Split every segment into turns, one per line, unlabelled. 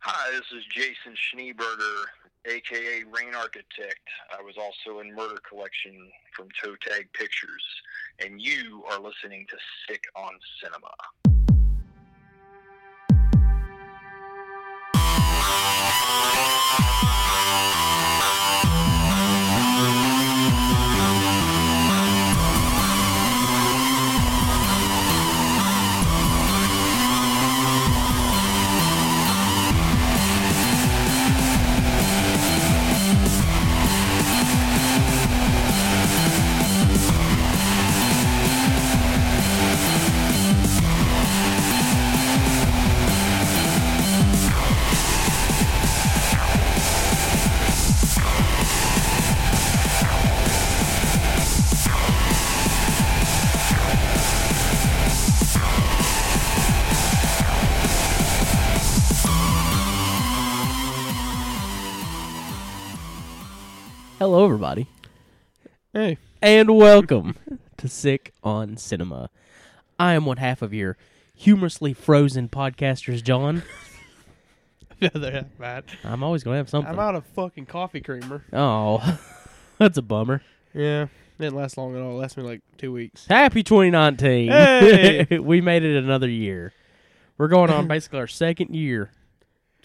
Hi, this is Jason Schneeberger, aka Rain Architect. I was also in Murder Collection from Toe Tag Pictures, and you are listening to Sick on Cinema.
Hello, everybody,
Hey,
and welcome to Sick on Cinema. I am one half of your humorously frozen podcasters, John.
that's bad.
I'm always going to have something.
I'm out of fucking coffee creamer.
oh, that's a bummer.
Yeah, didn't last long at all. Lasted me like two weeks.
Happy 2019.
Hey!
we made it another year. We're going on basically our second year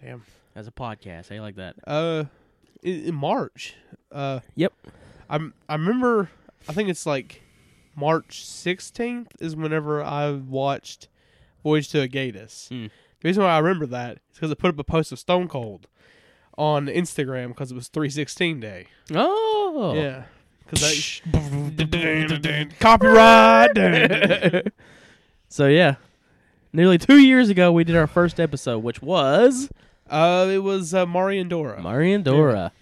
Damn.
as a podcast. How you like that?
Uh, in, in March. Uh,
Yep.
I'm. I remember. I think it's like March 16th is whenever I watched Voyage to Agatis.
Hmm.
The reason why I remember that is because I put up a post of Stone Cold on Instagram because it was 316 day.
Oh.
Yeah. Because copyright.
So, yeah. Nearly two years ago, we did our first episode, which was
Uh, it was uh, Mari and Dora.
Marian Dora. Oh.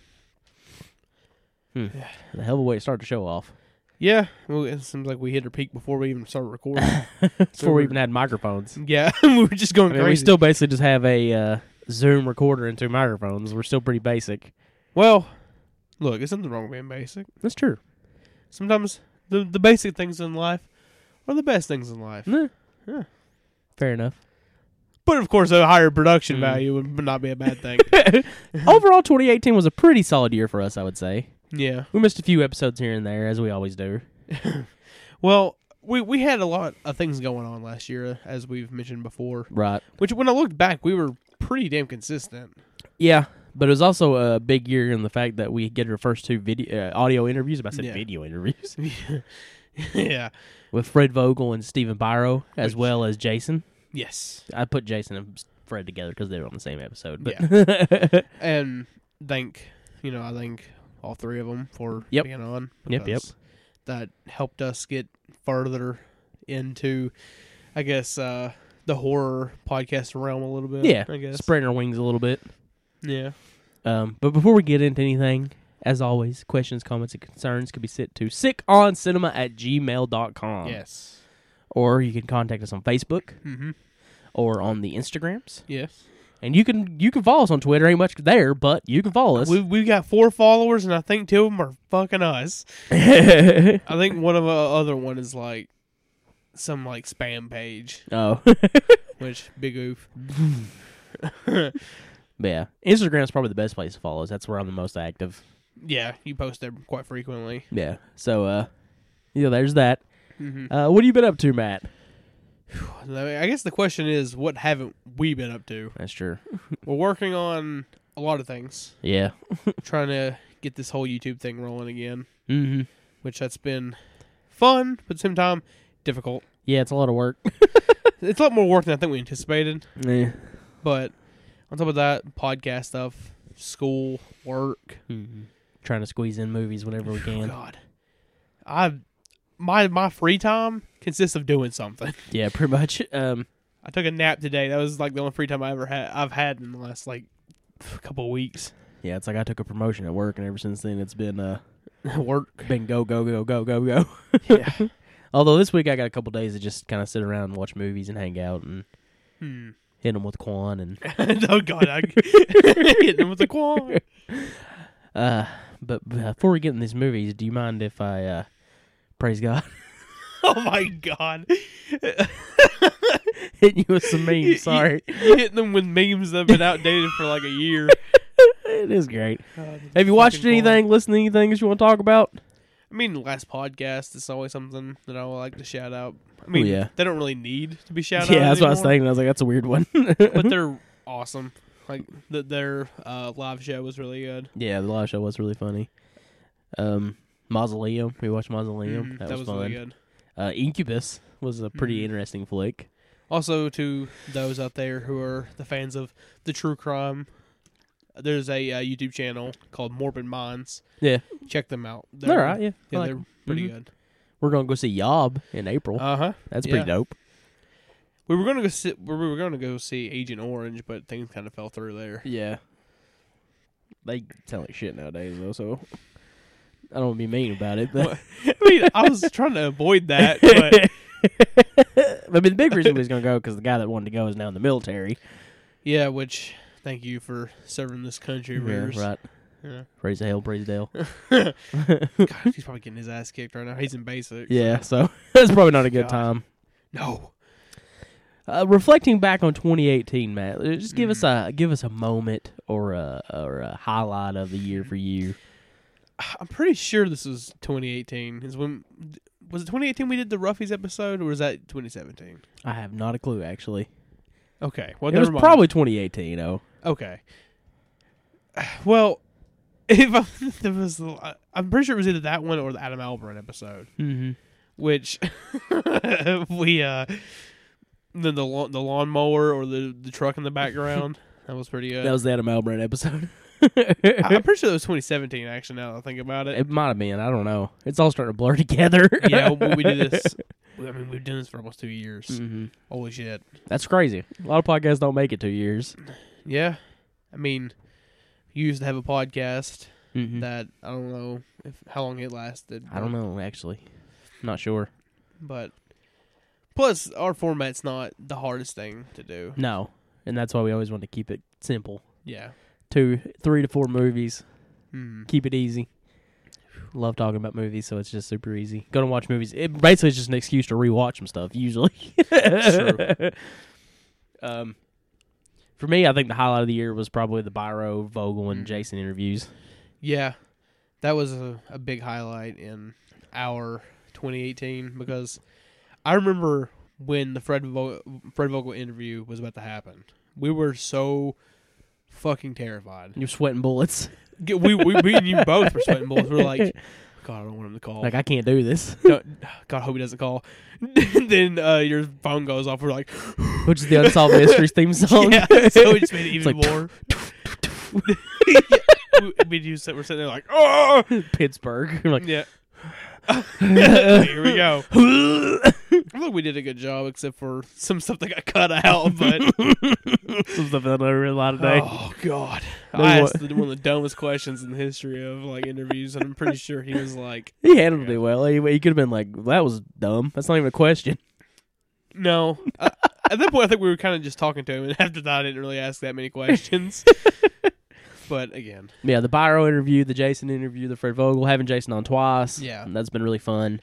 Hmm. The hell of a way to start the show off.
yeah, well, it seems like we hit her peak before we even started recording.
Before we
we're-
even had microphones.
yeah, we were just going
I mean,
crazy.
we still basically just have a uh, Zoom recorder and two microphones. We're still pretty basic.
well, look, it's nothing wrong with being basic.
That's true.
Sometimes the the basic things in life are the best things in life.
Yeah.
Yeah.
Fair enough.
But of course, a higher production
Mm.
value would not be a bad thing.
Overall, 2018 was a pretty solid year for us, I would say.
yeah.
We missed a few episodes here and there, as we always do.
Well, we we had a lot of things going on last year, as we've mentioned before.
Right.
Which, when I looked back, we were pretty damn consistent.
Yeah, but it was also a big year in the fact that we get our first two video uh, audio interviews. I said
Yeah.
video interviews
yeah.
with Fred Vogel and Stephen Byro, as
Which-
well as Jason.
Yes.
I put Jason and Fred together because they were on the same episode. But
and thank you know I thank all three of them for
Yep.
being on.
Yep, yep.
because That helped us get further into, I guess, uh, the horror podcast realm a little bit.
yeah,
I guess.
spreading our wings a little bit.
yeah,
Um, but before we get into anything, as always, questions, comments, and concerns can be sent to sickoncinema at gmail.com.
yes,
Or you can contact us on Facebook
mm-hmm.
or on the Instagrams.
yes.
And you can you can follow us on Twitter. Ain't much there, but you can follow us.
We we got four followers, and I think two of them are fucking us. I think one of the other one is like some like spam page,
oh.
which big oof.
yeah. Instagram's probably the best place to follow us. That's where I'm the most active.
Yeah, you post there quite frequently.
Yeah. So uh yeah, there's that.
Mm-hmm.
Uh what have you been up to, Matt?
I guess the question is, what haven't we been up to?
That's true.
We're working on a lot of things,
Yeah.
trying to get this whole YouTube thing rolling again,
Mm-hmm.
which that's been fun, but at the same time difficult.
Yeah, it's a lot of work.
It's a lot more work than I think we anticipated.
yeah.
But on top of that, podcast stuff, school, work.
Mm-hmm. Trying to squeeze in movies whenever we can.
God, I my my free time consists of doing something.
Yeah, pretty much. Um,
I took a nap today. That was like the only free time I ever had. I've had in the last like couple of weeks.
yeah, it's like I took a promotion at work, and ever since then, it's been uh,
work.
been go go go go go go.
Yeah.
Although this week I got a couple days to just kind of sit around and watch movies and hang out and
Hmm.
hit them with Quan and
oh God, I hitting him with a quan.
uh. But before we get in these movies, do you mind if I uh, praise God?
Oh my God,
hitting you with some memes. Sorry,
You, you hitting them with memes that have been outdated for like a year.
it is great. Have you watched anything? Listened to anything that you want to talk about?
I mean, last podcast is always something that I would like to shout out. I mean,
Oh, yeah.
they don't really need to be shouted out.
yeah, that's what I was
anymore,
thinking. I was like, that's a weird one.
But they're awesome. Like the, their uh, live show was really good.
yeah, the live show was really funny. Um, Mausoleum. We watched Mausoleum.
Mhm,
that, was, fun.
really good. Mm-hmm.
Uh, Incubus was a pretty interesting flick.
Also, to those out there who are the fans of the true crime, there's a uh, YouTube channel called Morbid Minds.
Yeah,
Check them out. They're,
all right. Yeah, I
Yeah,
like
they're
'em.
pretty
Mhm.
good.
We're gonna go see Yob in April.
Uh huh.
that's pretty
yeah.
dope.
We were gonna go see, we were gonna go see Agent Orange, but things kind of fell through there.
Yeah, they sound like shit nowadays though. So I don't wanna be mean about it, but
I mean, I was trying to avoid that, but
I mean, the big reason we was gonna go because the guy that wanted to go is now in the military.
yeah. Which thank you for serving this country of yours.
right.
Yeah.
Praise the hell, praise Dale.
God, he's probably getting his ass kicked right now. He's in basic.
yeah, so that's probably not a good
God.
time.
No.
Uh, reflecting back on 2018, Matt, uh, just give us a give us a moment or a or a highlight of the year for you.
I'm pretty sure this was 2018. Is when was it 2018 we did the Ruffies episode, or was that 2017?
I have not a clue actually.
Okay, well
it
Oh, never
was
mind.
probably 2018. Oh,
okay. Well, if I, there was, I'm pretty sure it was either that one or the Adam Albaran episode,
mm-hmm.
which we uh, the the, lawn, the lawnmower or the the truck in the background. that was pretty good.
that was the Adam Albrand episode.
I- I'm pretty sure that was 2017. Actually, now that I think about it,
it might have been. I don't know. It's all starting to blur together.
yeah, we, we do this. I mean, we've done this for almost two years.
hmm
Holy shit!
That's crazy. A lot of podcasts don't make it two years.
Yeah. I mean, you used to have a podcast
Mm-hmm.
that I don't know if how long it lasted.
I don't know actually. Not sure.
But plus our format's not the hardest thing to do.
No, and that's why we always want to keep it simple.
Yeah.
Two, three to four movies.
Hmm.
Keep it easy. Love talking about movies, so it's just super easy. Go to watch movies. It basically is just an excuse to rewatch some stuff. Usually,
True.
Um, for me, I think the highlight of the year was probably the Byro, Vogel,
Mm.
and Jason interviews.
Yeah. That was a, a big highlight in our 2018 because I remember when the Fred Vo- Fred Vogel interview was about to happen. We were so fucking terrified.
You're sweating bullets.
Get- We we me and you both were sweating bullets. We were like, God, I don't want him to call.
Like I can't do this,
don't, God, hope he doesn't call. then uh, your phone goes off. We're like,
which is the Unsolved Mysteries theme song.
yeah. So it just made it
It's
even
like,
more. yeah. We do. We're sitting there like, oh,
Pittsburgh. You're like,
yeah. Here we go. I think we did a good job, except for some stuff that got cut out. But
some stuff that I read a lot today.
oh god,
Then
I
what-
asked the- one of the dumbest questions in the history of like interviews, and I'm pretty sure he was like,
He handled it well. He, he could have been like, "That was dumb. That's not even a question."
No. Uh, at that point, I think we were kind of just talking to him, and after that, I didn't really ask that many questions. but again,
Yeah, the Byro interview, the Jason interview, the Fred Vogel, having Jason on twice.
Yeah.
that's been really fun.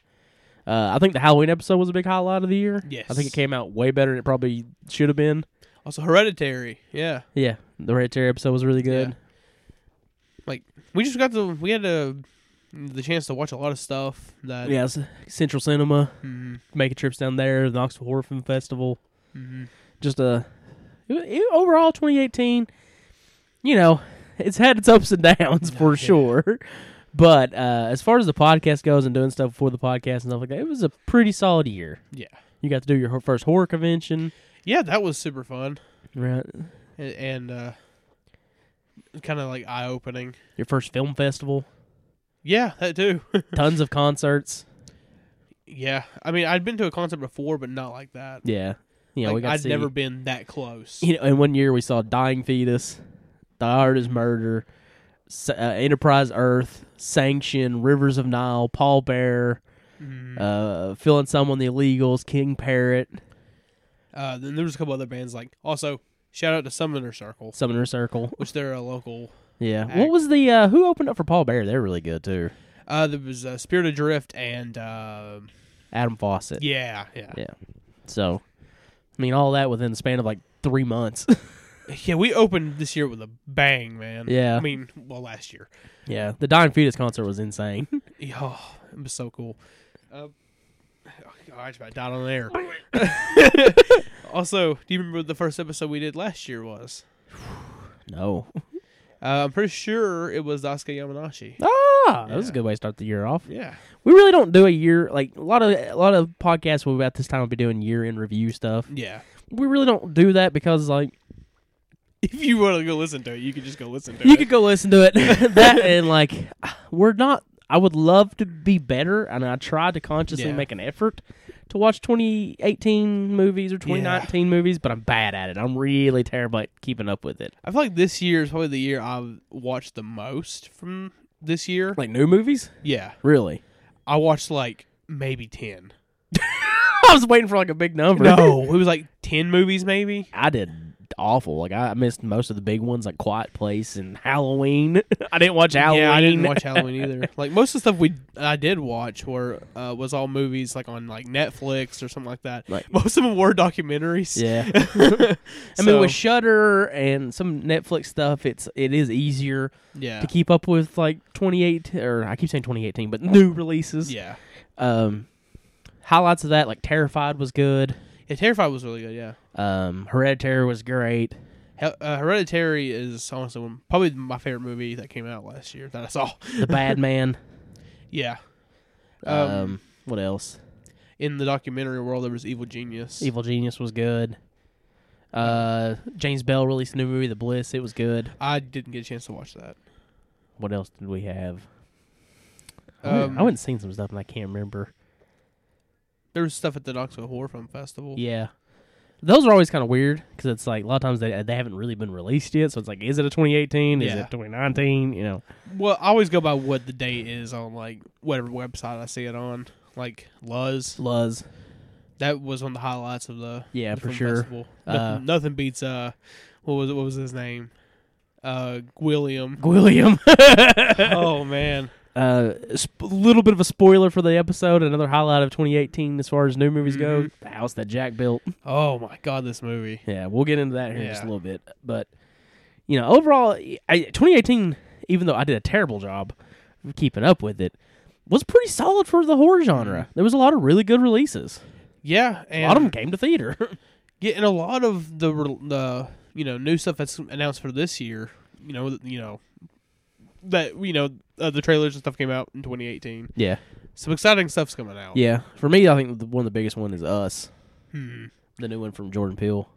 Uh, I think the Halloween episode was a big highlight of the year.
Yes.
I think it came out way better than it probably should have been.
also Hereditary, yeah,
Yeah, the Hereditary episode was really good.
Yeah. like we just got the we had a the chance to watch a lot of stuff that
Yeah, it's Central Cinema,
Mhm,
making trips down there, the Knoxville Horror Film Festival.
mhm.
Just a it- it- overall 2018. You know, it's had its ups and downs for
Yeah.
sure. But uh, as far as the podcast goes and doing stuff before the podcast and stuff like that, it was a pretty solid year.
yeah,
You got to do your ho- first horror convention,
yeah, that was super fun
right?
and, and uh, kind of like eye opening.
Your first film festival,
Yeah, that too.
tons of concerts.
yeah, I mean, I'd been to a concert before, but not like that.
Yeah, you know,
Like,
we got to
I'd
see-
never been that close.
You know, in one year we saw Dying Fetus, The Artist Murder, S- uh, Enterprise Earth, Sanction, Rivers of Nile, Paul Bear,
Mhm.
uh, Feeling Someone, The Illegals, King Parrot,
Uh, then there was a couple other bands like also shout out to Summoner Circle,
Summoner Circle.
which they're a local.
Yeah.
Act-
What was the uh, who opened up for Paul Bear? They're really good too.
Uh, there was uh, Spirit Adrift and uh,
Adam Fawcett.
yeah, yeah,
Yeah. So I mean, all that within the span of like three months.
Yeah, we opened this year with a bang, man.
Yeah.
I mean, well, last year.
yeah, the Dying Fetus concert was insane.
Yeah, Oh, it was so cool. Uh, oh, God, I just about died on air. also, do you remember what the first episode we did last year was?
no.
Uh, I'm pretty sure it was Daisuke Yamanashi.
Ah, that was a
Yeah.
good way to start the year off.
Yeah.
We really don't do a year like a lot of a lot of podcasts. We'll about this time will be doing year in review stuff.
Yeah.
We really don't do that because like
If you want to go listen to it, you could just go listen to
you
it.
could go listen to it that and like we're not. I would love to be better, and I try to consciously
Yeah.
make an effort to watch 2018 movies or 2019 movies, but I'm bad at it. I'm really terrible at keeping up with it.
I feel like this year is probably the year I've watched the most from this year.
Like new movies,
Yeah.
really.
I watched like maybe 10.
I was waiting for like a big number.
No, it was like 10 movies maybe.
I did awful. Like I missed most of the big ones, like Quiet Place and Halloween. I didn't watch Halloween.
Yeah, I didn't watch Halloween either. Like most of the stuff we I did watch were uh, was all movies like on like Netflix or something like that.
Like-
most of them were documentaries.
Yeah,
I
I mean with Shutter and some Netflix stuff, it's it is easier
yeah,
to keep up with like 28 or I keep saying 2018, but new releases.
yeah.
Um, highlights of that like Terrified was good.
yeah, Terrified was really good. Yeah,
Um, Hereditary was great.
Hel- uh, Hereditary is honestly one, probably my favorite movie that came out last year that I saw.
The Bad Man.
yeah,
um,
Um,
what else?
in the documentary world, there was Evil Genius.
Evil Genius was good. Uh, James Bell released a new movie, The Bliss. It was good.
I didn't get a chance to watch that.
What else did we have? Oh, I went-
Um,
I went and seen some stuff and I can't remember.
There was stuff at the Knoxville Horror Film Festival.
Yeah, those are always kind of weird because it's like a lot of times they they haven't really been released yet. So it's like, is it a 2018? Is
Yeah.
it 2019? You know,
Well, I always go by what the date is on like whatever website I see it on. Like Luz,
Luz.
that was one of the highlights of the
Yeah,
the
for
film
sure.
Festival.
Uh,
Nothing, nothing beats uh, what was what was his name? Uh, William.
William.
oh man,
uh, sp- little bit of a spoiler for the episode. Another highlight of 2018 as far as new movies go. The house that Jack built.
oh my god, this movie.
Mm-hmm. Yeah, we'll get into that here in just a
Yeah.
little bit. But you know, overall, I, 2018, even though I did a terrible job of keeping up with it, was pretty solid for the horror genre. There was a lot of really good releases.
Yeah,
A
and
lot of them came to theater.
getting a lot of the re- the you know new stuff that's announced for this year. You know, th- you know that you know uh, the trailers and stuff came out in 2018.
yeah,
Some exciting stuff's coming out.
yeah. For me, I think the, one of the biggest one is Us,
Hmm.
the new one from Jordan Peele.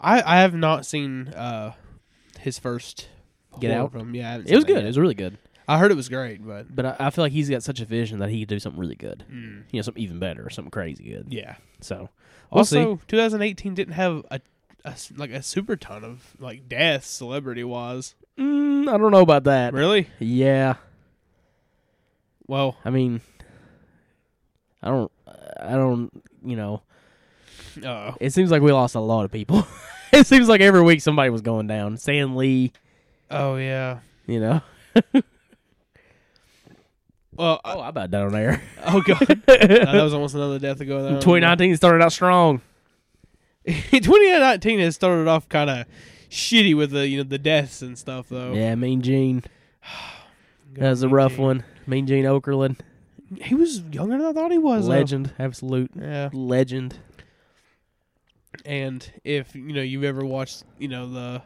I, I have not seen uh his first
Get
horror
Out?
film. Yeah, I haven't
It was
seen
good. It
yet.
was really good.
I heard it was great, but
But I, I feel like he's got such a vision that he could do something really good.
mm,
You know, something even better, something crazy good.
yeah.
So we'll see.
Also, 2018 didn't have a, a s- like a super ton of like deaths celebrity wise.
Mm, I don't know about that.
Really?
Yeah.
Well,
I mean, I don't, I don't, you know,
uh,
it seems like we lost a lot of people. it seems like every week somebody was going down. Stan Lee,
oh yeah.
you know.
Well,
Oh,
oh,
I about died on air.
oh god, No, that was almost another death ago. That one.
2019 started out strong.
2019 has started off kind of shitty with the you know the deaths and stuff though.
Yeah, Mean Gene.
Good
That was a
Oh. Mean
rough
Gene.
one. Mean Gene Okerlund,
He was younger than I thought he was. though.
legend, absolute
Yeah.
legend.
and if you know you've ever watched you know the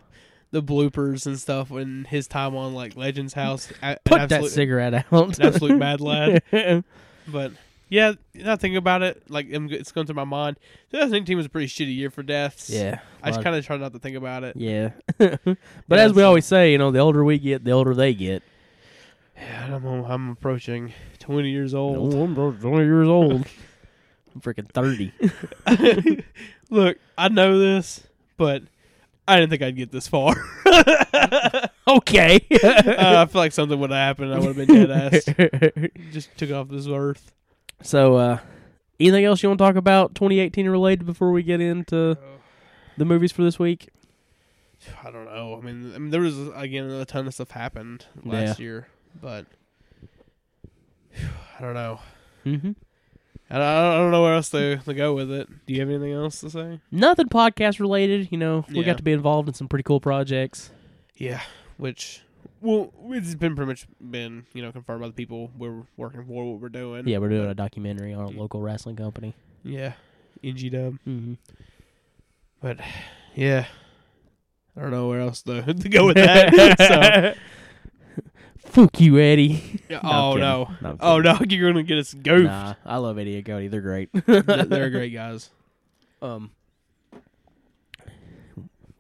the bloopers and stuff when his time on like Legends House, a- an
Put that
absolute,
cigarette out.
an absolute mad lad. But yeah, now thinking about it, like I'm, it's going through my mind. 2018 was a pretty shitty year for deaths.
yeah,
I just
Lot-
kind of try not to think about it.
yeah. but as we
so-
always say, you know, the older we get, the older they get.
Yeah, and I'm I'm approaching 20 years old.
Oh, I'm just 20 years old. I'm freaking 30.
Look, I know this, but I didn't think I'd get this far.
okay.
Uh, I feel like something would have happened. I would have been dead ass. Just took off this earth.
so, uh, anything else you want to talk about 2018 related before we get into the movies for this week?
I don't know. I mean, I mean, there was again a ton of stuff happened last year, but I don't know.
Mm-hmm.
And I I don't know where else to, to go with it. Do you have anything else to say?
Nothing podcast related. You know, we
Yeah.
got to be involved in some pretty cool projects.
Yeah, which well, it's been pretty much been you know confirmed by the people we're working for, what we're doing.
Yeah, we're doing a documentary on a local wrestling company.
yeah, NG Dub.
Mm-hmm.
But yeah, I don't know where else to, to go with that. so,
Fuck you, Eddie.
yeah,
No, I'm
oh
kidding.
no,
No, I'm
oh no, you're gonna get us goofed.
Nah, I love Eddie and Cody. They're great.
Th- They're great guys.
Um,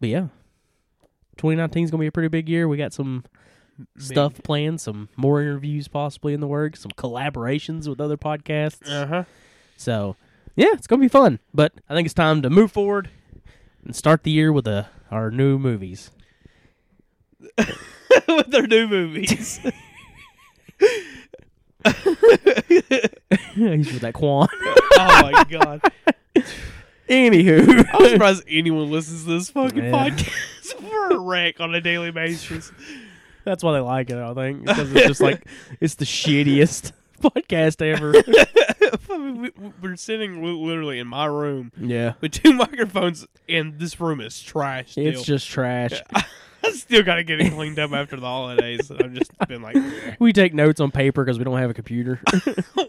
but yeah, 2019 is gonna be a pretty big year. We got some stuff planned, some more interviews possibly in the works, some collaborations with other podcasts.
Uh huh.
So yeah, it's gonna be fun. But I think it's time to move forward and start the year with uh our new movies.
with their new movies.
He's with that Quan.
oh my god!
Anywho,
I'm surprised anyone listens to this fucking
Yeah.
podcast. We're a wreck on a daily basis.
that's why they like it. I think because it's just like it's the shittiest podcast ever.
I mean, we- we- We're sitting li- literally in my room
Yeah.
with two microphones, and this room is trash. Still.
It's just trash.
I still gotta get it cleaned up after the holidays. and I've just been like,
We take notes on paper because we don't have a computer.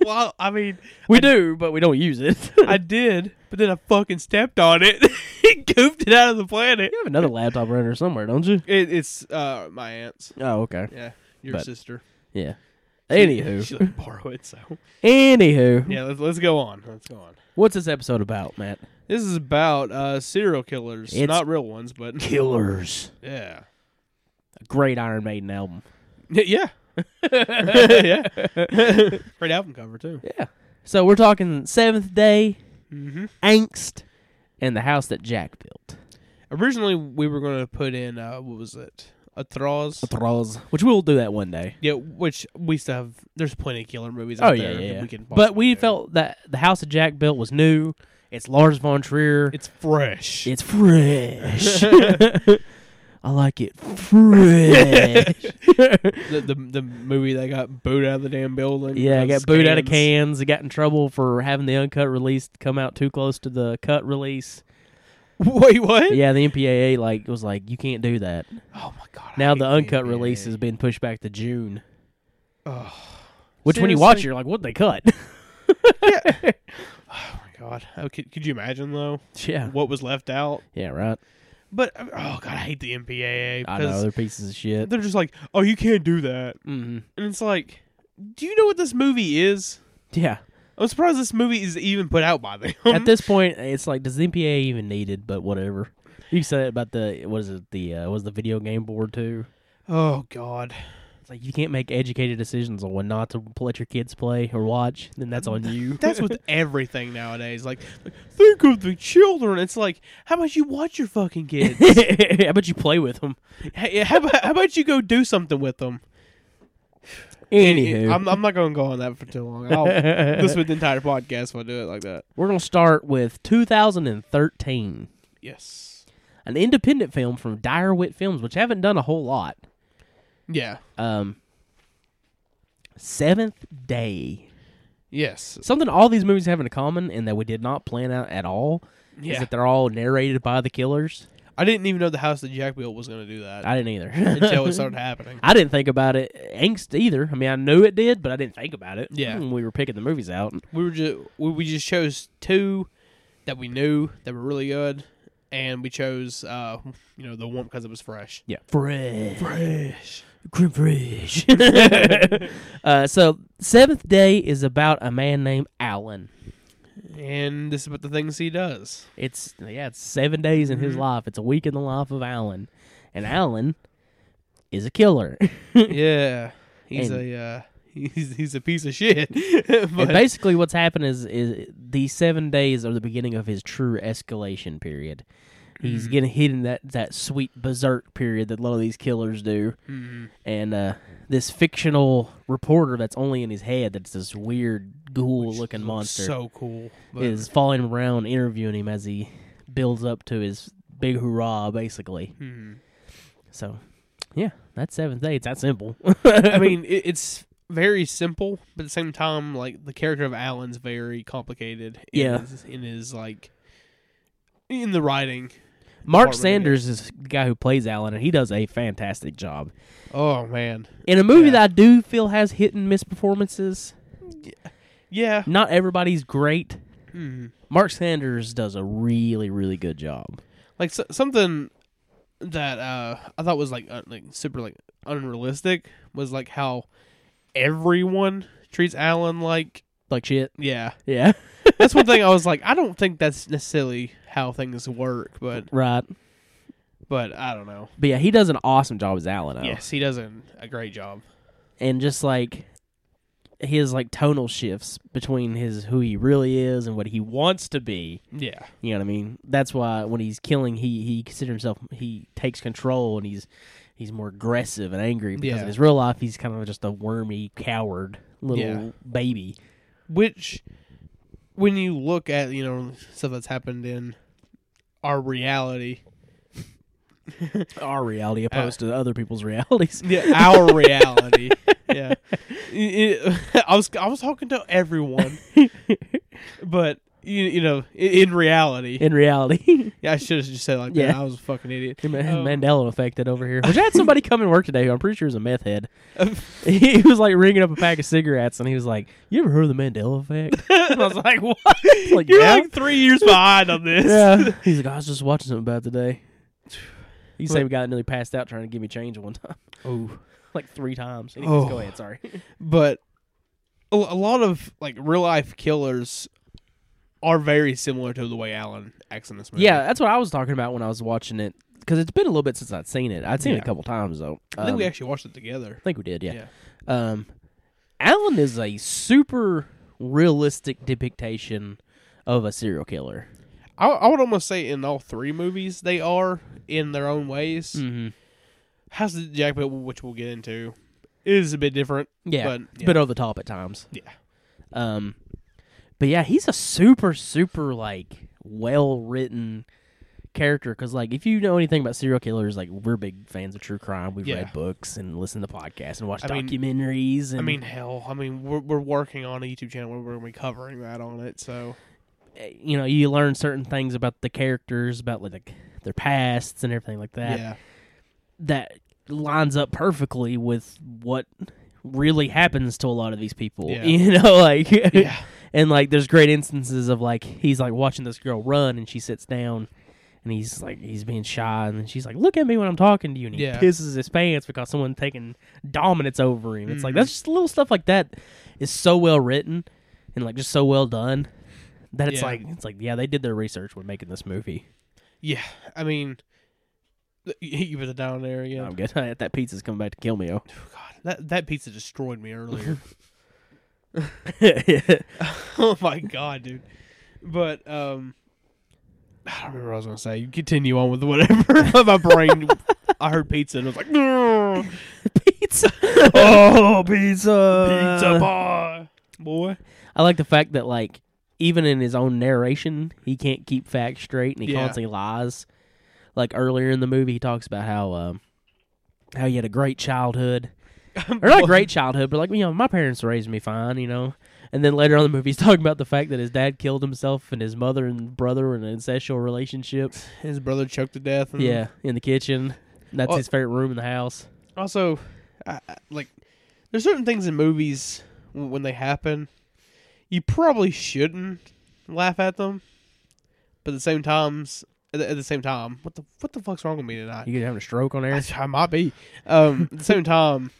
well, I mean,
We do, but we don't use it. I
I did, but then I fucking stepped on it, and goofed it out of the planet.
have another laptop runner somewhere, don't you?
It, it's uh, my aunt's.
Oh, okay.
Yeah, your
But-
sister.
Yeah.
she
Anywho,
let me borrow it. So
anywho,
yeah, let's, let's go on. Let's go on.
what's this episode about, Matt?
This is about uh, serial killers,
It's-
not real ones, but
Killers,
yeah,
a great Iron Maiden album.
yeah, yeah. Great album cover too.
Yeah. So we're talking Seventh Day,
Mm-hmm.
Angst, and the house that Jack built,
Originally, we were going to put in uh, what was it? Atroz.
which we'll do that one day.
Yeah, which we still have. There's plenty of killer movies.
Oh
out
yeah,
there
yeah.
that
yeah.
We can
but
possibly
we
do.
felt that the house that Jack built was new. It's Lars von Trier.
it's fresh.
It's fresh. I like it fresh.
the, the the movie that got booed out of the damn building.
yeah, I
because
got booed out of
cans.
cans. I got in trouble for having the uncut release come out too close to the cut release.
Wait, what?
Yeah, the MPAA like was like, you can't do that.
Oh my god. I
Now the
hate
uncut
NBA.
release has been pushed back to June.
Ugh.
Which, when you watch, it,
Seriously?
you're like, what they cut?
Oh my god. Oh, could, could you imagine though
yeah,
what was left out?
yeah, right.
But oh god, I hate the MPAA
I know
because
they're pieces of shit.
eh, they're just like, oh, you can't do that,
hmm
and it's like, do you know what this movie is?
Yeah.
I'm surprised this movie is even put out by them.
At this point, it's like, does the MPAA even need it? But whatever. You said about the what is it? The uh, was the video game board too?
oh god.
It's like you can't make educated decisions on when not to let your kids play or watch. Then that's on you.
That's with everything nowadays. Like, like, think of the children. It's like, how about you watch your fucking kids?
how about you play with them?
hey, how, about, how about you go do something with them?
Anywho,
I'm, I'm not going to go on that for too long. I'll, this with the entire podcast if I do it like that.
we're gonna start with 2013,
Yes.
an independent film from Dire Wit Films, which haven't done a whole lot.
Yeah.
Um, Seventh Day.
Yes.
Something all these movies have in common, and that we did not plan out at all, is
Yeah.
that they're all narrated by the killers.
I didn't even know the house that Jack built was going to do that
I didn't either.
until it started happening.
I didn't think about it angst either. I mean, I knew it did, but I didn't think about it.
Yeah.
when we were picking the movies out.
We were just we, we just chose two that we knew that were really good, and we chose uh you know the one because it was fresh.
Yeah, fresh,
Fresh.
Creme fraiche. uh, so seventh day is about a man named Alan.
And this is what the things he does.
It's yeah, it's seven days in his
Mhm.
life. It's a week in the life of Alan, and Alan is a killer.
yeah. He's
And-
a uh, he's he's a piece of shit.
and
but,
basically, what's happened is is these seven days are the beginning of his true escalation period. He's
Mm-hmm.
getting hit in that, that sweet berserk period that a lot of these killers do.
Mhm.
and uh, this fictional reporter that's only in his head that's this weird ghoul looking monster
So cool. But,
is following him around interviewing him as he builds up to his big hoorah basically
Mhm.
so yeah that's seventh day it's that simple
I mean, it, it's very simple, but at the same time, like the character of Alan's very complicated. In
Yeah.
his, in his like in the writing.
Mark
Department of
Sanders is the guy who plays Alan, and he does a fantastic job.
Oh man,
In a movie
Yeah.
that I do feel has hit and miss performances,
yeah.
not everybody's great.
Hmm.
Mark Sanders does a really, really good job.
Like so, something that uh, I thought was like uh, like super like unrealistic was like how everyone treats Alan like
Like shit.
yeah.
Yeah.
That's one thing I was like I don't think that's necessarily how things work, but
Right.
but I don't know.
But yeah, he does an awesome job as Alan. though.
Yes, he does an, a great job.
And just like his like tonal shifts between his who he really is and what he wants to be.
Yeah.
You know what I mean? That's why when he's killing, he he considers himself he takes control and he's he's more aggressive and angry because
Yeah.
in his real life he's kind of just a wormy coward little
Yeah.
baby.
which when you look at you know stuff that's happened in our reality
Our
Ah.
reality opposed to other people's realities.
yeah our reality yeah I- I- i was i was talking to everyone but you, you know i- in reality
In reality,
yeah i should have just said it like that
Yeah.
i was a fucking idiot
The Man-
Um,
Mandela affected over here. Which I had somebody come and work today who I'm pretty sure is a meth head. he was like ringing up a pack of cigarettes and he was like, You ever heard of the Mandela effect?
i was like what
Like,
you're
yeah.
like three years behind on this
yeah. He's like, I was just watching something about today. You say we got nearly passed out trying to give me change one time.
oh
like three times. Anyways,
Oh.
go ahead, sorry.
but a, a lot of like real life killers are very similar to the way alan acts in this movie
yeah, that's what I was talking about when I was watching it. Because it's been a little bit since I'd seen it. I'd seen it
Yeah.
a couple times though.
I think
Um,
we actually watched it together.
I think we did, yeah. Um, Alan is a super realistic depiction of a serial killer.
I, I would almost say in all three movies they are in their own ways.
Mm-hmm.
House of the Jack, but which we'll get into, is a bit different.
Yeah,
But-
but, uh, it's a bit over the top at times.
Yeah.
Um, but yeah, he's a super, super like well written character because like if you know anything about serial killers, like we're big fans of true crime. We've
Yeah.
read books and listened to podcasts and watched
I mean-
documentaries. And
I mean, hell, I mean, we're we're working on a YouTube channel where we're gonna be covering that on it. So
eh, you know, you learn certain things about the characters, about like their pasts and everything like that.
yeah,
That lines up perfectly with what really happens to a lot of these people.
Yeah.
You know, like
yeah,
And like, there's great instances of like he's like watching this girl run, and she sits down, and he's like he's being shy, and then she's like, "Look at me when I'm talking to you," and he
Yeah.
pisses his pants because someone's taking dominance over him. It's like
Mhm.
that's just little stuff like that is so well written and like just so well done that it's
Yeah.
like it's like yeah they did their research when making this movie.
yeah. I mean, you- you put it down there again.
I'm good. that pizza's coming back to kill me. Oh,
God, that that pizza destroyed me earlier.
yeah,
oh my god, dude. But um, I don't remember what I was gonna say. You continue on with whatever. my brain, I heard pizza and I was like, "Grr,
pizza. oh, pizza.
pizza boy, boy.
I like the fact that like even in his own narration, he can't keep facts straight and he
Yeah.
constantly lies. Like earlier in the movie, he talks about how um, how he had a great childhood, or not a great childhood, but like you know, my parents raised me fine, you know. And then later on in the movie, he's talking about the fact that his dad killed himself and his mother and brother were in an incestual relationship.
His brother choked to death. And
Yeah, in the kitchen. That's
Oh.
his favorite room in the house.
Also, I, I- like, there's certain things in movies w- when they happen, you probably shouldn't laugh at them, but at the same times, at the, at the same time, what the what the fuck's wrong with me tonight?
You could have a stroke on air.
I might be. Um, at the same time,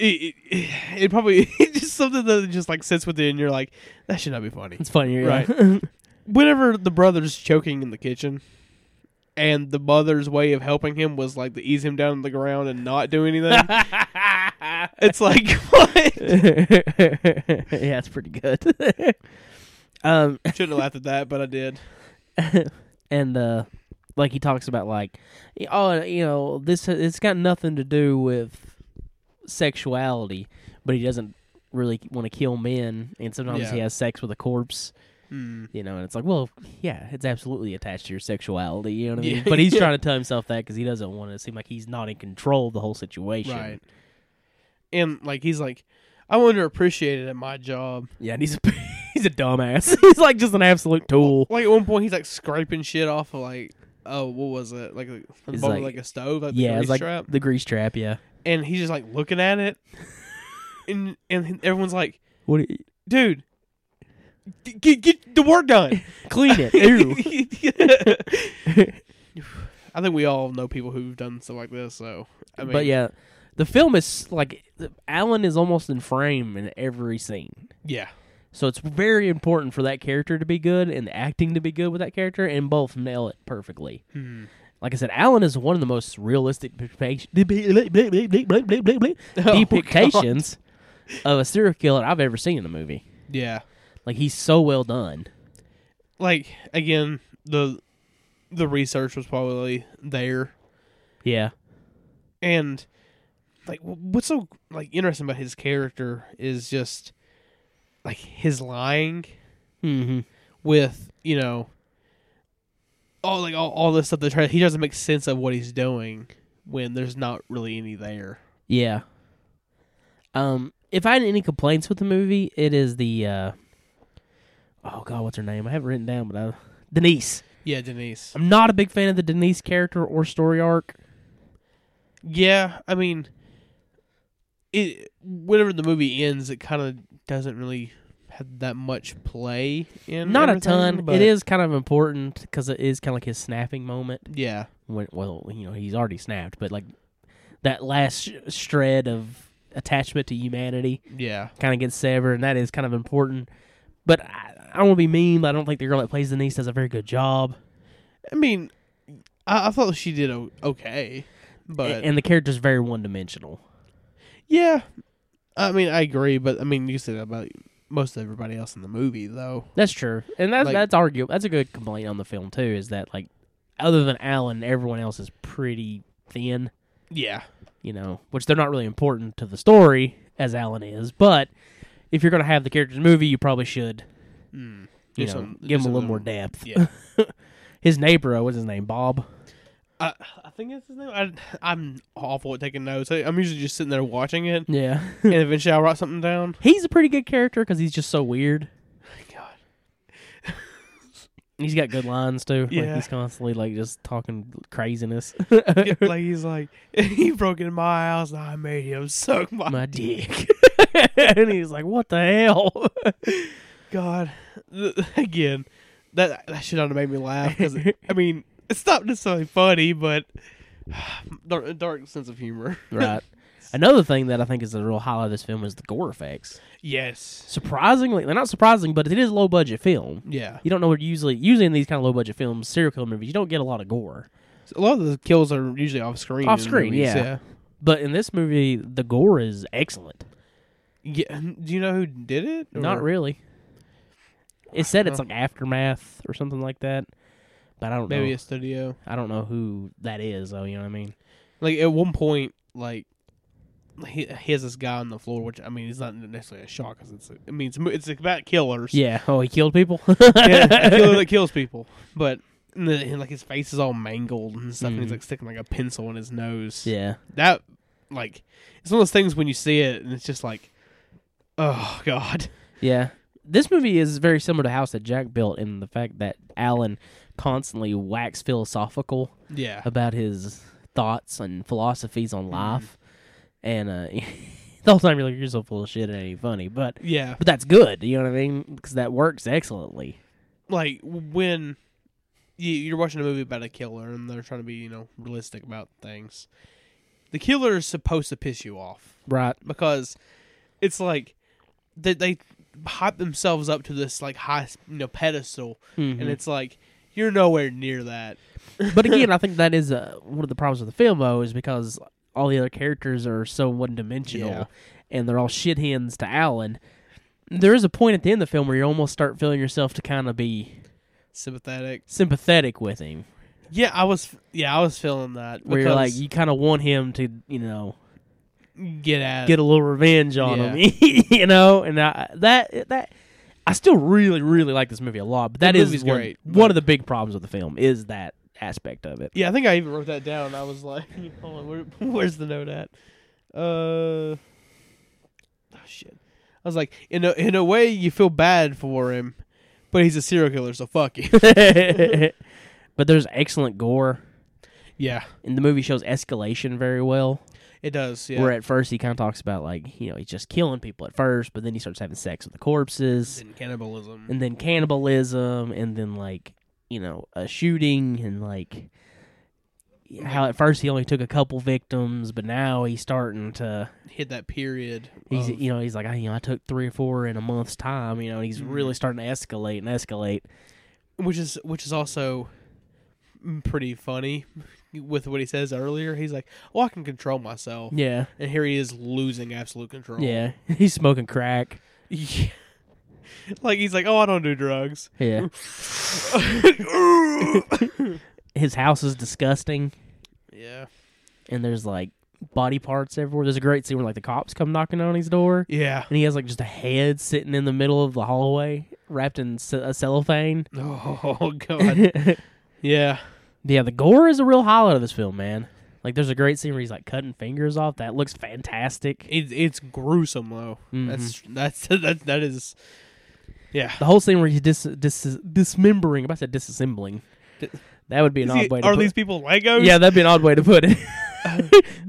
it, it, it probably it's just something that just like sits with you, and you're like, that should not be funny.
It's funny, yeah.
Right. Whenever the brother's choking in the kitchen, and the mother's way of helping him was like to ease him down to the ground and not do anything. it's like what?
yeah, it's pretty good. um,
Shouldn't have laughed at that, but I did.
and uh, like he talks about like, oh, you know, this it's got nothing to do with sexuality, but he doesn't really want to kill men, and sometimes he
Yeah.
has sex with a corpse,
Hmm.
you know, and it's like, well, yeah, it's absolutely attached to your sexuality, you know what I mean?
Yeah.
But he's
Yeah.
trying to tell himself that because he doesn't want to seem like he's not in control of the whole situation.
Right. and like he's like, I'm underappreciated at my job.
Yeah, and he's a, he's a dumbass. he's like just an absolute tool.
Like at one point, he's like scraping shit off of like, oh, what was it? Like the the
It's
bottom
like-
of, like a stove, like the
yeah,
grease
it's like
trap.
the grease trap. Yeah.
and he's just like looking at it, and and everyone's like,
What? do you-
dude, g- get get the work done.
Clean it. Ew.
I think we all know people who've done stuff like this. So, I mean,
but yeah, the film is like Alan is almost in frame in every scene.
yeah,
So it's very important for that character to be good and the acting to be good with that character, and both nail it perfectly.
Hmm. Oh,
Like I said, Alan is one of the most realistic depict- depictations of a serial killer I've ever seen in a movie.
yeah.
Like he's so well done.
Like again, the the research was probably there,
Yeah,
and like wh- what's so like interesting about his character is just like his lying.
mm-hmm.
with you know all like all, all this stuff that try he doesn't make sense of what he's doing when there's not really any there
yeah. Um, if I had any complaints with the movie, it is the uh, oh god, what's her name? I have it written down, but I Denise.
yeah denise
I'm not a big fan of the Denise character or story arc.
yeah i mean it whenever the movie ends it kind of doesn't really have that much play in
Not a
everything,
ton.
but
It is kind of important because it is kind of like his snapping moment.
yeah
When, well, you know, he's already snapped, but like that last sh- shred of attachment to humanity
yeah
kind of gets severed, and that is kind of important. But I, I don't want to be mean, but I don't think the girl that plays Denise does a very good job.
i mean i, I thought she did o- okay
A-
but
and the character's very one dimensional.
yeah i mean i agree but i mean you said that about most everybody else in the movie though
That's true, and that's
Like-
that's arguable. That's a good complaint on the film too. Is that like, other than Alan, everyone else is pretty thin.
yeah
you know, which they're not really important to the story as Alan is, but if you're going to have the characters in the movie, you probably should,
Mm.
you
Do
know,
some- do
give him a
some
little more
little-
depth.
Yeah,
His neighbor, uh, what's his name, Bob?
I, I think that's his name. I, I'm awful at taking notes. I, I'm usually just sitting there watching it,
Yeah,
and eventually I write something down.
he's a pretty good character because he's just so weird.
God,
He's got good lines too. Like
Yeah.
he's constantly like just talking craziness.
like he's like he broke into my house, and I made him suck my,
My dick, and he's like, "What the hell?"
God. Th- Again, that that should not have made me laugh because I mean it's not necessarily funny, but dark, dark sense of humor.
right. Another thing that I think is the real highlight of this film is the gore effects.
yes.
Surprisingly, they're not surprising, but it is a low budget film.
Yeah.
you don't know what usually usually in these kind of low budget films, serial killer movies, you don't get a lot of gore.
A lot of the kills are usually off screen.
Off
in
screen,
movies,
yeah. But in this movie, the gore is excellent.
yeah. Yeah. Do you know who did it?
Not
Or-
really. It said it's like aftermath or something like that, but I don't
Maybe
know.
a studio.
I don't know who that is though. You know what I mean?
Like at one point, like he, he has this guy on the floor, which I mean, it's not necessarily a shock because it's. A, I mean, it's, mo- it's about killers.
Yeah. Oh, he killed people.
Yeah, a killer that kills people. But and the, and, like his face is all mangled and stuff, and
Mhm.
he's like sticking like a pencil in his nose.
yeah.
that like it's one of those things when you see it, and it's just like, oh god,
Yeah. This movie is very similar to House that Jack built in the fact that Alan constantly waxed philosophical
yeah,
about his thoughts and philosophies on life, and uh, the whole time you're like, "You're so full of shit. It ain't funny," but
yeah.
but that's good. You know what I mean? Because that works excellently.
Like when. you- You're watching a movie about a killer, and they're trying to be, you know, realistic about things. The killer is supposed to piss you off.
Right.
because it's like they, they hype themselves up to this like high you know pedestal
Mm-hmm.
and it's like you're nowhere near that
but again, I think that is uh, one of the problems with the film though, is because all the other characters are so one dimensional,
Yeah.
and they're all shithens to Alan. There is a point at the end of the film where you almost start feeling yourself to kind of be
sympathetic
sympathetic with him,
yeah i was yeah i was feeling that
where you're like
because
you kind of want him to, you know,
get at
get a little revenge on him, you know. And I, that that I still really really like this movie a lot, but that is
movie's
one,
great,
one of the big problems with the film is that aspect of it.
yeah i think i even wrote that down i was like hold on where, where's the note at uh shit. I was like, in a in a way, you feel bad for him, but he's a serial killer, so fuck you.
but there's excellent gore,
yeah,
and the movie shows escalation very well.
it does. Yeah,
Where at first he kind of talks about like you know he's just killing people at first, but then he starts having sex with the corpses,
and cannibalism.
and then cannibalism, and then like you know a shooting, and like how at first he only took a couple victims, but now he's starting to
hit that period.
He's e-,
of-
you know he's like I you know I took three or four in a month's time you know and he's
Mhm.
really starting to escalate and escalate
which is which is also pretty funny with what he says earlier. He's like, "Well, I can control myself,"
yeah
and here he is losing absolute control.
yeah he's smoking crack
Yeah. like he's like, "Oh, I don't do drugs."
yeah his house is disgusting
yeah,
and there's like body parts everywhere there's a great scene where like the cops come knocking on his door
yeah.
and he has like just a head sitting in the middle of the hallway wrapped in ce- a cellophane
Oh god,
yeah
yeah.
the gore is a real highlight of this film man like there's a great scene where he's like cutting fingers off that looks fantastic
It's it's gruesome though.
Mhm.
That's that's that that is. Yeah.
The whole scene where he's dis- dis- dismembering, I about to say disassembling.
Di-
That would be an
Is
odd
he-
way to
are
put
these people Legos?
Yeah, that'd be an odd way to put it. when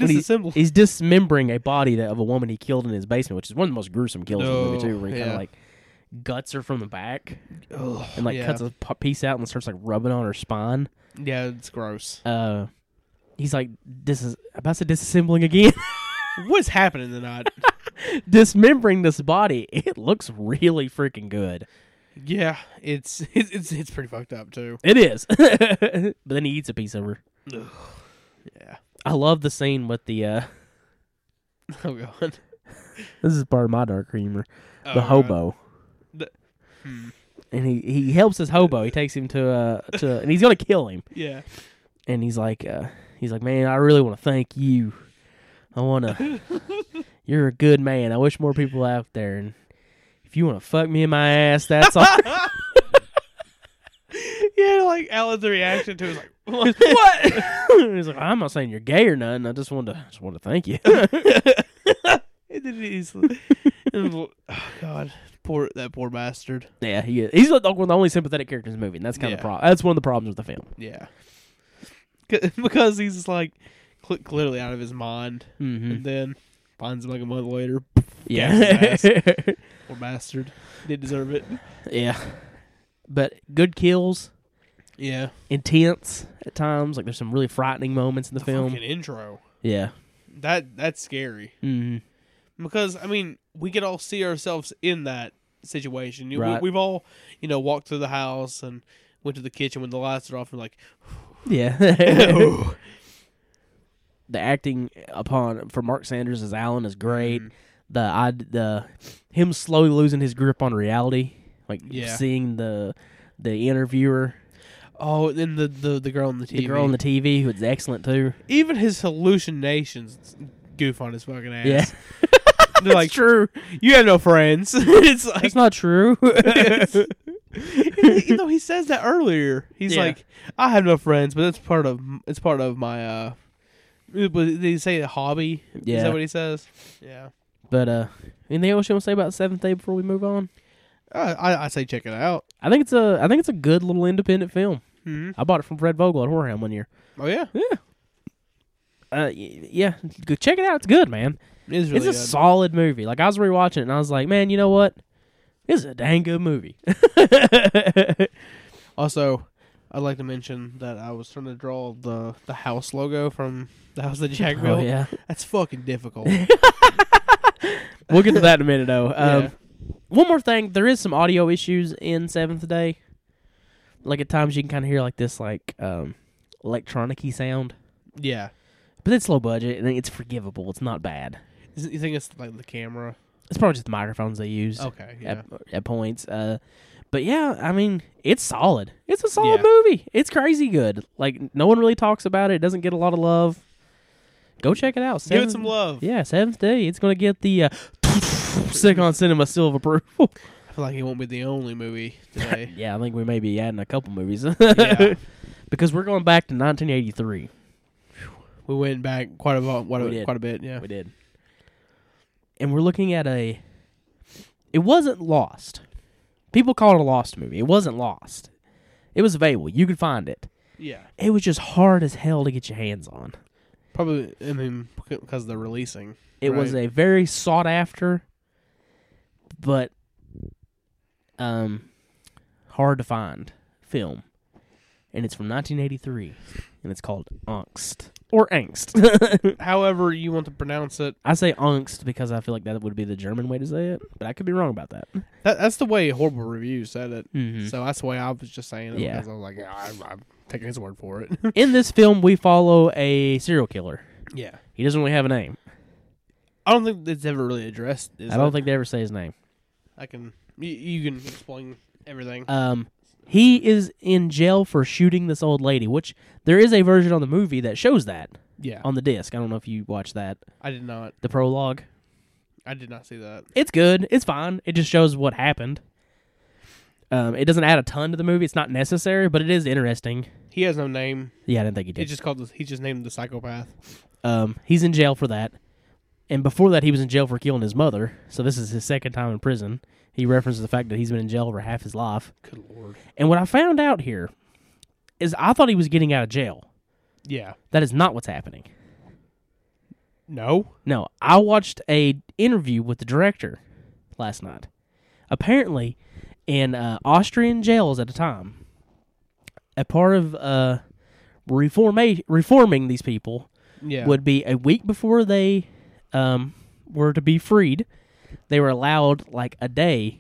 he-
disassemble.
he's dismembering a body that of a woman he killed in his basement, which is one of the most gruesome kills in the movie,
No,
too, where he kind
yeah.
of like guts her from the back
Ugh,
oh, and like
yeah.
cuts a p- piece out and starts like rubbing on her spine.
Yeah, it's gross.
Uh, he's like, this is about to say disassembling again,
What's happening tonight?
dismembering this body. It looks really freaking good.
yeah, it's it's it's, it's pretty fucked up too.
It is. but then he eats a piece of her.
Ugh. Yeah.
I love the scene with the. uh
Oh god.
This is part of my dark humor.
Oh,
the
God.
hobo.
The- Hmm.
And he, he helps his hobo. He takes him to uh to and he's gonna kill him.
Yeah.
And he's like uh he's like, Man, I really wanna thank you. I wanna You're a good man. I wish more people out there and if you wanna fuck me in my ass, that's all
Yeah, like Alan's reaction to it was like what?
What He's like, I'm not saying you're gay or nothing, I just wanted to just wanted to thank you.
And then he's- and- oh god, poor that poor bastard.
yeah, he is. he's like one of the only sympathetic characters in the movie, and that's kind
Yeah.
of pro- that's one of the problems with the film.
Yeah. C- Because he's just like cl- clearly out of his mind,
Mm-hmm.
and then finds him like a month later. Gas's
Yeah.
Poor bastard, did deserve it.
Yeah. But good kills,
Yeah,
intense at times. Like there's some really frightening moments in the, film.
Fucking intro.
Yeah.
That that's scary.
hmm
because I mean, we could all see ourselves in that situation. You-
Right.
We, have all, you know, walked through the house and went to the kitchen when the lights are off and like,
Yeah. the
oh,
acting upon for Mark Sanders as Alan is great.
Mm-hmm.
The I the him slowly losing his grip on reality, like
Yeah.
seeing the the interviewer,
oh, and then the, the the girl on the TV,
the girl on the TV who is excellent too.
even his hallucinations goof on his fucking ass.
Yeah,
They're like, true. You have no friends. it's like,
that's not true.
you know, he says that earlier. He's
Yeah.
like, I have no friends, but that's part of it's part of my. uh but did he say a hobby? Is
Yeah.
that what he says? Yeah.
but uh, anything else you want to say about Seventh Day before we move on?
Uh, I I say check it out.
I think it's a I think it's a good little independent film.
Mm-hmm.
I bought it from Fred Vogel at Horham one year.
Oh yeah,
Uh, y- yeah, go check it out. It's good, man.
it is really
it's a
good.
solid movie. Like I was rewatching it, and I was like, man, you know what? This is a dang good movie.
also, I'd like to mention that I was trying to draw the the house logo from the house that Jack built.
oh yeah,
That's fucking difficult.
we'll get to that in a minute though. Um,
Yeah.
One more thing, there is some audio issues in Seventh Day. Like at times you can kind of hear like this like um electronic-y sound,
yeah,
but it's low budget and it's forgivable. It's not bad.
Is- you think it's like the camera?
It's probably just the microphones they use.
Okay, yeah,
at, at points. Uh, but yeah, I mean, it's solid. It's a solid
Yeah.
movie. It's crazy good. Like no one really talks about it. It doesn't get a lot of love. Go check it out.
give it
Seventh-
some love.
Yeah, Seventh Day. It's gonna get the uh, sick on cinema seal of approval.
I feel like it won't be the only movie today.
yeah, I think we may be adding a couple movies
yeah,
because we're going back to 1983.
we went back quite a bit, quite
We
a,
did.
quite a bit. Yeah,
We did. and we're looking at a. It wasn't lost. People call it a lost movie. It wasn't lost. It was available. You could find it.
Yeah,
It was just hard as hell to get your hands on.
probably. I mean, because they're releasing.
It was
Right.
a very sought after, but um, hard to find film, and it's from 1983, and it's called Angst or Angst.
However, you want to pronounce it.
I say Angst because I feel like that would be the German way to say it, but I could be wrong about that.
That, that's the way horrible reviews said it.
Mhm.
So that's the way I was just saying it
Yeah.
because I was like, yeah, I'm, I'm taking his word for it.
In this film, we follow a serial killer.
yeah,
He doesn't really have a name.
I don't think it's ever really addressed. Is
I don't
it?
think they ever say his name.
I can. You, you can explain everything.
Um, he is in jail for shooting this old lady, which there is a version on the movie that shows that
yeah,
on the disc. I don't know if you watched that.
I did not.
the prologue.
I did not see that.
It's good. It's fine. It just shows what happened. Um, it doesn't add a ton to the movie. It's not necessary, but it is interesting.
He has no name.
Yeah, I didn't think he
He
did.
just called. The, he just named the psychopath.
Um, he's in jail for that, and before that, he was in jail for killing his mother. So this is his second time in prison. He references the fact that he's been in jail for half his life.
Good lord.
And what I found out here is, I thought he was getting out of jail.
Yeah.
That is not what's happening.
No.
No, I watched a interview with the director last night. Apparently, in uh, Austrian jails at the time, a part of uh, reforma- reforming these people
Yeah.
would be a week before they um, were to be freed, they were allowed like a day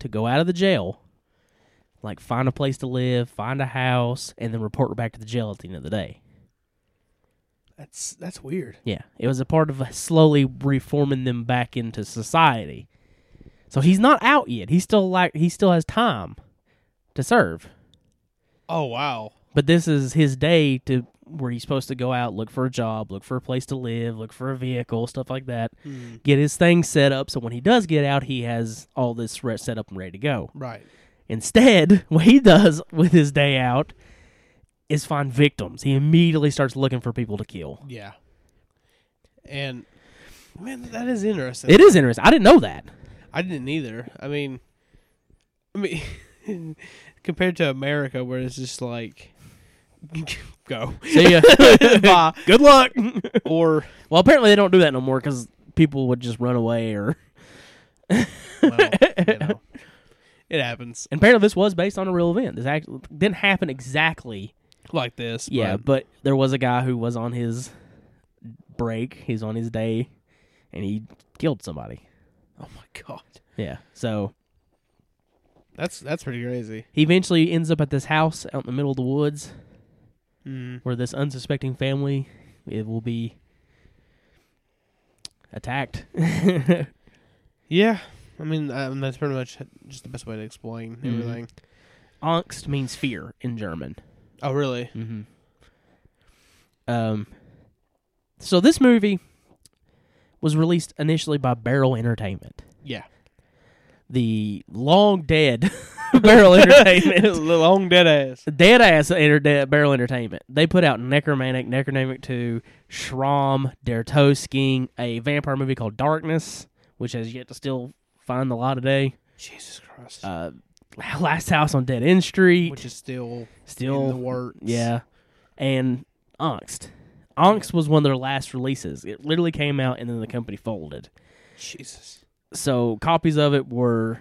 to go out of the jail, like find a place to live, find a house, and then report back to the jail at the end of the day.
That's that's weird.
Yeah, it was a part of slowly reforming them back into society. So he's not out yet. He's still like he still has time to serve.
Oh wow.
But this is his day to where he's supposed to go out, look for a job, look for a place to live, look for a vehicle, stuff like that.
Hmm.
Get his thing set up so when he does get out, he has all this re- set up and ready to go.
Right.
Instead, what he does with his day out is find victims. He immediately starts looking for people to kill.
Yeah. And man, that is interesting.
It is interesting. I didn't know that.
I didn't either. I mean, I mean, compared to America, where it's just like go
See ya.
Bye.
Good luck.
or
well, apparently they don't do that no more because people would just run away. Or
well, you know, it happens
and apparently this was based on a real event. This act- didn't happen exactly.
like this.
Yeah, but there was a guy who was on his break. He's on his day, and he killed somebody.
but- oh my god,
Yeah. So
that's that's pretty crazy.
he eventually ends up at this house out in the middle of the woods
Mm.
where this unsuspecting family it will be attacked.
Yeah. I mean, um, that's pretty much just the best way to explain everything.
Angst means fear in German.
Oh, really?
Mm-hmm. Um, so this movie was released initially by Barrel Entertainment,
Yeah.
the long dead Barrel Entertainment,
Long dead ass.
dead ass enter- dead Barrel Entertainment. They put out Necromaniac, Necromaniac Two, Shrom, Dare Toe Skiing, a vampire movie called Darkness, which has yet to still find the light of day.
Jesus Christ.
Uh, Last House on Dead End Street,
Which is still
still
in the works.
Yeah. And Angst. Angst was one of their last releases. It literally came out and then the company folded.
Jesus.
So copies of it were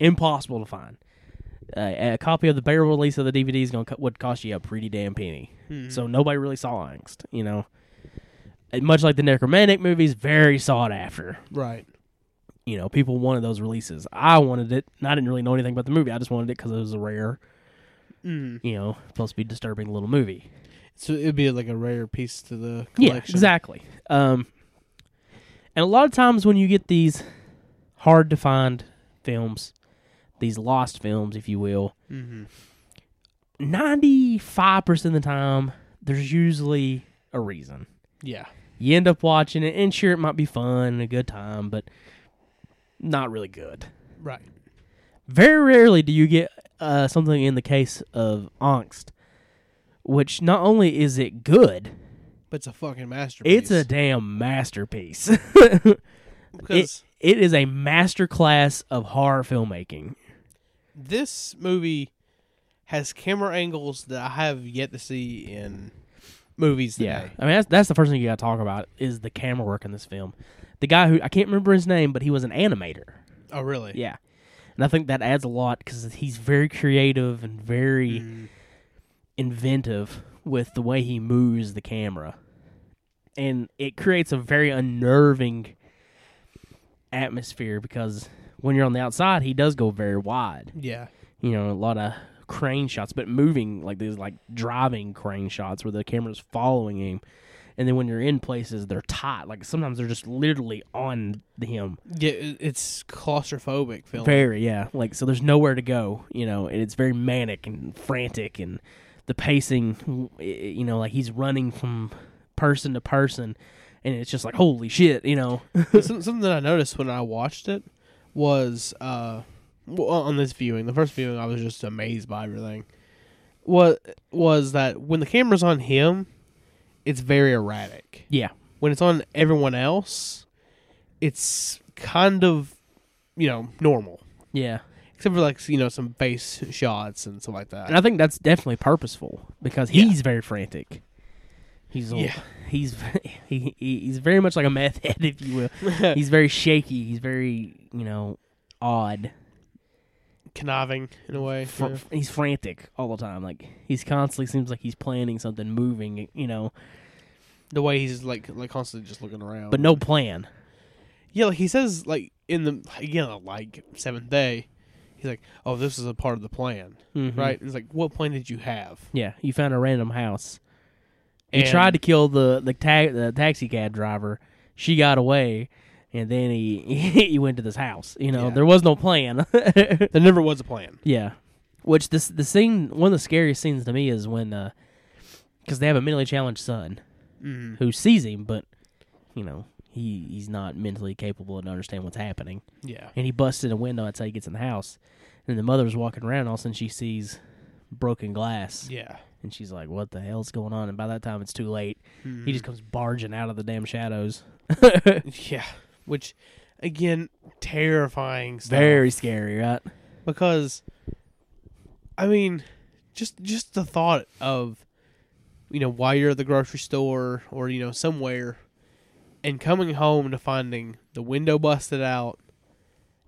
impossible to find. Uh, a copy of the bare release of the DVD is going to would cost you a pretty damn penny. So nobody really saw Angst, you know. And much like the Necromantic movies, very sought after.
Right.
You know, people wanted those releases. I wanted it, and I didn't really know anything about the movie. I just wanted it because it was a rare,
Mm.
you know, supposed to be disturbing little movie.
So it'd be like a rare piece to the
Yeah,
collection.
exactly. Um, and a lot of times when you get these hard to find films, these lost films, if you will,
Mm-hmm.
95% of the time, there's usually a reason.
Yeah.
You end up watching it, and sure, it might be fun and a good time, but not really good.
Right.
Very rarely do you get uh, something in the case of Angst, which not only is it good,
But it's a fucking masterpiece.
It's a damn masterpiece.
because
It is a masterclass of horror filmmaking.
this movie has camera angles that I have yet to see in movies today.
Yeah, I mean that's that's the first thing you got to talk about is the camera work in this film. The guy who I can't remember his name, but he was an animator.
Oh, really?
Yeah, and I think that adds a lot because he's very creative and very inventive with the way he moves the camera, and it creates a very unnerving atmosphere because when you're on the outside, he does go very wide.
Yeah.
You know, a lot of crane shots, but moving like these like driving crane shots where the camera's following him. And then when you're in places, they're tight. Like sometimes they're just literally on him.
Yeah, it- it's claustrophobic film.
Very, yeah. Like so, there's nowhere to go, you know, and it's very manic and frantic, and the pacing, w- i- you know, like he's running from person to person, and it's just like holy shit, you know.
Some- something that I noticed when I watched it was uh, well, on this viewing, the first viewing, I was just amazed by everything. What was that when the camera's on him, it's very erratic.
yeah,
When it's on everyone else, it's kind of you know normal,
yeah,
except for like you know some face shots and stuff like that.
and I think that's definitely purposeful because he's very frantic. He's a-
Yeah.
he's he, he he's very much like a meth head, if you will. he's very shaky. He's very you know odd.
Conniving in a way.
fr-
yeah.
he's frantic all the time. Like he's constantly seems like he's planning something, moving, you know,
The way he's like like constantly just looking around,
but no plan.
Yeah, like he says, like in the again, like seventh day, he's like, "Oh, this is a part of the plan,
Mhm.
right?" It's like, "What plan did you have?"
Yeah, you found a random house. He
And-
tried to kill the the, ta- the taxi cab driver. She got away, and then he he went to this house. You know,
Yeah.
there was no plan.
There never was a plan.
yeah, which this the scene one of the scariest scenes to me is when because they have a mentally challenged son
Mm.
who sees him, but you know he he's not mentally capable and understand what's happening.
Yeah,
and he busts in a window. That's how he gets in the house. And the mother's walking around. All of a sudden, she sees broken glass,
yeah,
and she's like, "What the hell's going on?" And by that time, it's too late. He just comes barging out of the damn shadows.
yeah. Which, again, terrifying stuff.
Very scary, right?
because, I mean, just just the thought of, you know, while you're at the grocery store or you know somewhere, and coming home to finding the window busted out,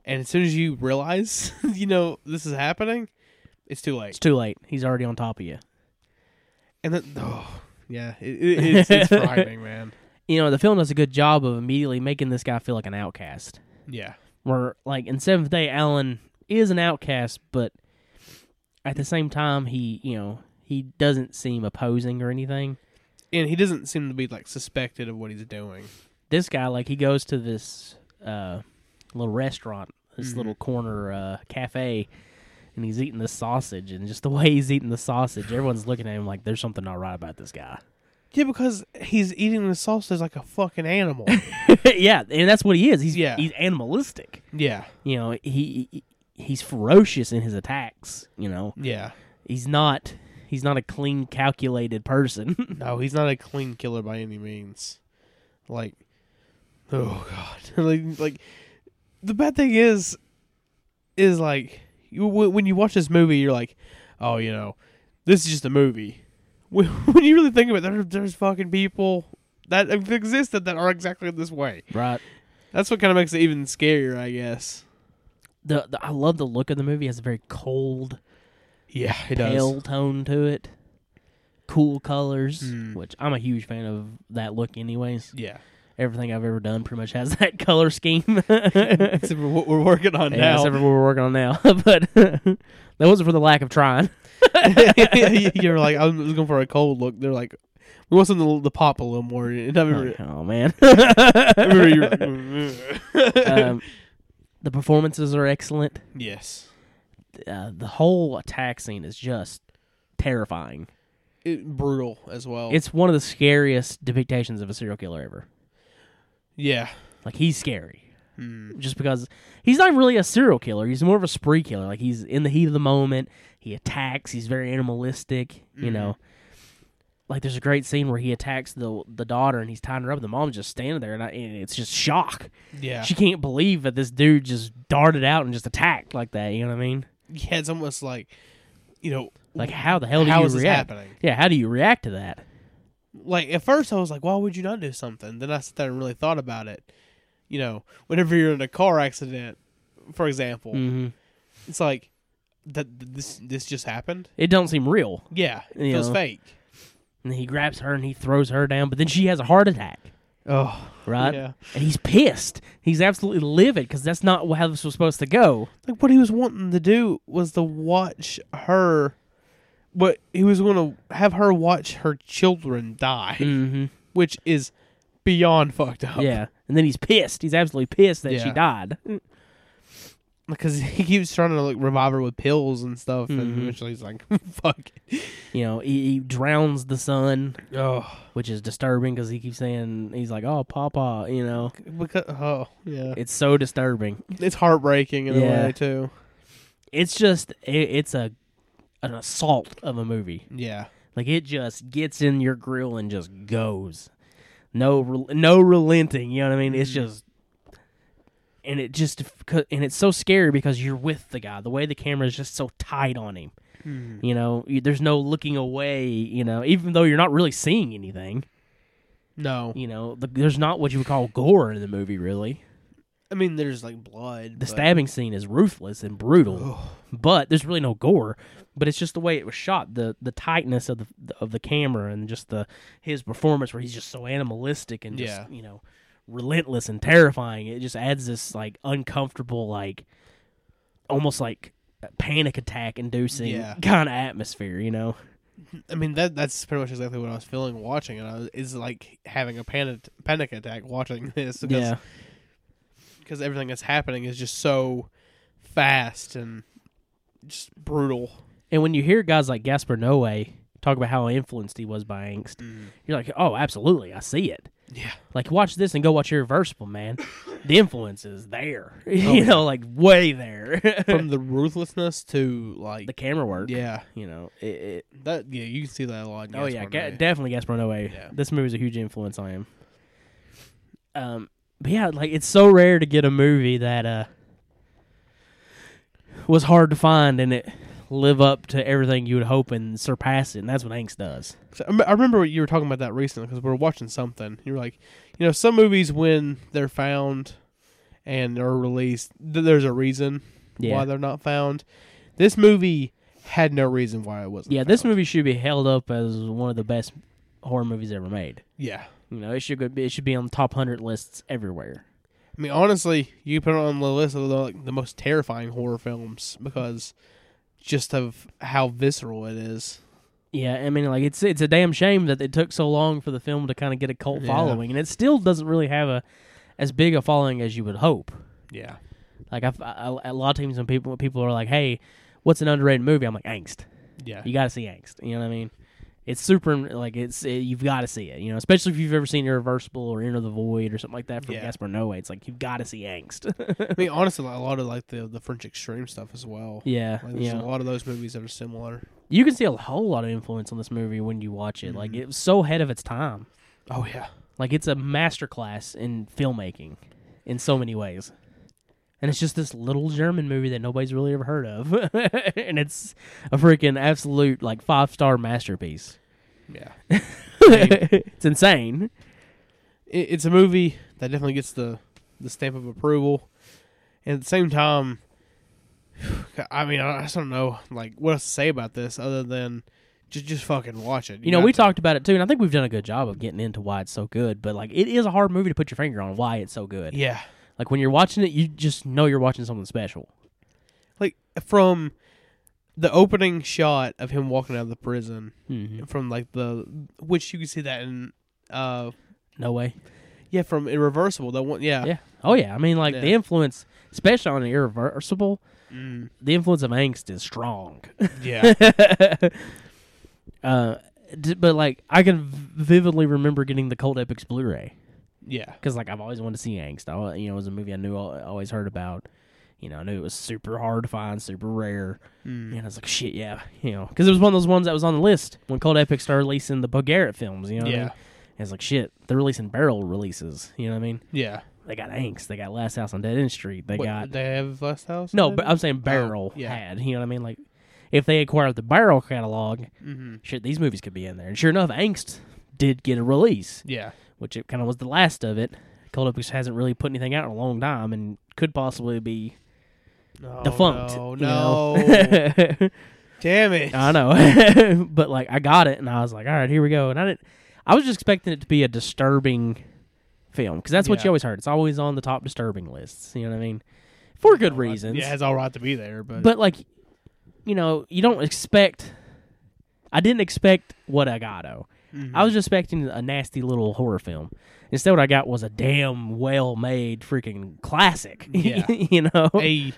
and as soon as you realize, you know, this is happening, it's too late.
It's too late. He's already on top of you.
And then, oh, yeah, it, it, it's, it's frightening, man.
You know, the film does a good job of immediately making this guy feel like an outcast.
Yeah,
Where, like, in Seventh Day, Alan is an outcast, but at the same time, he, you know, he doesn't seem opposing or anything.
and he doesn't seem to be like suspected of what he's doing.
this guy like he goes to this uh little restaurant this little corner uh cafe and he's eating the sausage and just the way he's eating the sausage everyone's looking at him like there's something not right about this guy
Yeah, because he's eating the sausage like a fucking animal.
yeah and that's what he is he's
Yeah.
he's animalistic
yeah,
you know he, he he's ferocious in his attacks you know
yeah.
he's not he's not a clean calculated person
No, he's not a clean killer by any means. Like, oh god, like, like the bad thing is, is like you when when you watch this movie, you're like, oh, you know, this is just a movie. When, when you really think of it, there, there's fucking people that have existed that are exactly this way.
right
That's what kind of makes it even scarier, I guess.
the, the i love the look of the movie it has a very cold
Yeah, it
pale tone to it, cool colors,
Mm.
which I'm a huge fan of that look. Anyways,
Yeah,
everything I've ever done pretty much has that color scheme.
except for what we're working on
Yeah,
now.
except for what we're working on now, but that wasn't for the lack of trying.
You're like, I was looking for a cold look. They're like, we want something to pop a little more. And I remember,
Like, oh man,
I remember you were like,
um, the performances are excellent.
yes,
Uh, the whole attack scene is just terrifying.
it, brutal as well.
It's one of the scariest depictions of a serial killer ever.
yeah,
Like he's scary.
Mm.
just because he's not really a serial killer. He's more of a spree killer. Like
Hmm.
he's in the heat of the moment. He attacks. He's very animalistic. You know, like there's a great scene where he attacks the the daughter and he's tying her up. The mom's just standing there, and, I, and it's just shock.
Yeah.
She can't believe that this dude just darted out and just attacked like that. You know what I mean?
yeah, it's almost like, you know,
Like how the hell do
how
you
is this
react?
happening?
Yeah, how do you react to that?
Like at first, I was like, why would you not do something? Then I sat there and really thought about it. You know, whenever you're in a car accident, for example,
hmm
it's like that this this just happened.
It don't seem real.
Yeah, it
You
feels
know.
fake.
And he grabs her and he throws her down, but then she has a heart attack,
Oh,
right?
Yeah.
And he's pissed. He's absolutely livid because that's not how this was supposed to go.
like what he was wanting to do was to watch her, but he was going to have her watch her children die,
Mm-hmm.
which is beyond fucked up.
Yeah. And then he's pissed. He's absolutely pissed that she
Yeah.
died.
because he keeps trying to like revive her with pills and stuff,
Mhm.
and eventually he's like, "Fuck."
You know, he, he drowns the son,
Oh,
which is disturbing because he keeps saying he's like, "Oh, Papa," you know.
because oh yeah,
It's so disturbing.
it's heartbreaking in
Yeah.
a way too.
It's just it, it's a an assault of a movie.
Yeah,
Like it just gets in your grill and just goes. No, rel- no relenting. You know what I mean? It's just, and it just, and it's so scary because you're with the guy. The way the camera is just so tight on him. You know, you, there's no looking away. You know, even though you're not really seeing anything.
no,
You know, the, there's not what you would call gore in the movie. Really,
I mean there's like blood.
the
but-
stabbing scene is ruthless and brutal,
Ugh.
but there's really no gore. But it's just the way it was shot, the the tightness of the of the camera, and just the his performance where he's just so animalistic and just
Yeah.
you know relentless and terrifying. It just adds this like uncomfortable, like almost like panic attack inducing
Yeah.
kind of atmosphere. You know,
I mean that that's pretty much exactly what I was feeling watching it. I was, it's like having a panic panic attack watching this because
yeah,
because everything that's happening is just so fast and just brutal.
And when you hear guys like Gaspar Noé talk about how influenced he was by angst,
Mm-hmm.
you're like, oh, absolutely, I see it.
Yeah,
Like, watch this and go watch Irreversible, man. the influence is there, you know, like way there.
from the ruthlessness to like
the camera work,
yeah
you know, it. it
that yeah you can see that a lot. in
oh yeah,
Gaspar
ga-
Noé.
definitely Gaspar Noé.
Yeah.
This movie's a huge influence on him. Um, but yeah, like it's so rare to get a movie that uh was hard to find and it live up to everything you would hope and surpass it, and that's what angst does.
So, I rem- I remember what you were talking about that recently because we were watching something. You were like, you know, some movies when they're found and are released, th- there's a reason
Yeah.
why they're not found. This movie had no reason why it wasn't.
Yeah, this
found.
movie should be held up as one of the best horror movies ever made.
Yeah,
You know, it should go, it should be on top hundred lists everywhere.
I mean, honestly, you put it on the list of the, like, the most terrifying horror films because just of how visceral it is.
Yeah, I mean, like it's it's a damn shame that it took so long for the film to kind of get a cult
Yeah.
following, and it still doesn't really have a as big a following as you would hope.
Yeah,
Like I've- I, I, a lot of times when people when people are like, "Hey, what's an underrated movie?" I'm like, "Angst."
yeah,
You got to see Angst. You know what I mean? It's super like it's it, you've got to see it. You know, especially if you've ever seen Irreversible or Enter the Void or something like that from
Yeah.
Gaspar Noé. It's like you've got to see Angst.
I mean, honestly, a lot of like the the French Extreme stuff as well.
Yeah,
Like, there's
yeah.
a lot of those movies that are similar.
You can see a whole lot of influence on this movie when you watch it. Like it was so ahead of its time.
Oh yeah.
Like it's a masterclass in filmmaking in so many ways. And it's just this little German movie that nobody's really ever heard of. and it's a freaking absolute like five-star masterpiece.
Yeah.
it's insane.
it, it's a movie that definitely gets the the stamp of approval. And at the same time, I mean, I just don't know like what else to say about this other than just just fucking watch it.
You know, we
got
talked about it too, and I think we've done a good job of getting into why it's so good, but like it is a hard movie to put your finger on why it's so good.
to- yeah,
Like when you're watching it, you just know you're watching something special.
like from the opening shot of him walking out of the prison,
Mm-hmm.
from like the which you can see that in, uh,
No way.
yeah, from Irreversible. That one, yeah,
Yeah. Oh yeah. I mean, like the
Yeah.
influence, especially on irreversible,
Mm,
the influence of angst is strong.
yeah,
uh, d- but like I can vividly remember getting the Cold Epics Blu-ray
yeah,
because like I've always wanted to see angst. I, al- you know, it was a movie I knew I always heard about. You know, I knew it was super hard to find, super rare.
Mm.
And I was like, shit, yeah, you know, because it was one of those ones that was on the list when Cold Epic started releasing the Bogarrett films. You know, what I
Yeah.
mean? And it's like, shit, they're releasing barrel releases. You know what I mean?
Yeah.
They got Angst, they got Last House on Dead End Street, they
What,
got
they have last house.
no, but uh, I'm saying barrel
Oh, yeah.
had. You know what I mean? Like, if they acquired the barrel catalog,
mm-hmm.
shit, these movies could be in there. And sure enough, Angst did get a release,
yeah,
which it kind of was the last of it. Cold Epic hasn't really put anything out in a long time, and could possibly be
no,
defunct.
Oh, No,
you
no.
know?
damn it.
I know, but like I got it, and I was like, all right, here we go. And I didn't. I was just expecting it to be a disturbing film because that's what
Yeah.
you always heard. It's always on the top disturbing lists. You know what I mean? For good reasons.
Yeah, it's all right to be there, but,
but like you know you don't expect i didn't expect what i got oh
Mhm.
i was just expecting a nasty little horror film instead what i got was a damn well made freaking classic
Yeah.
you know
a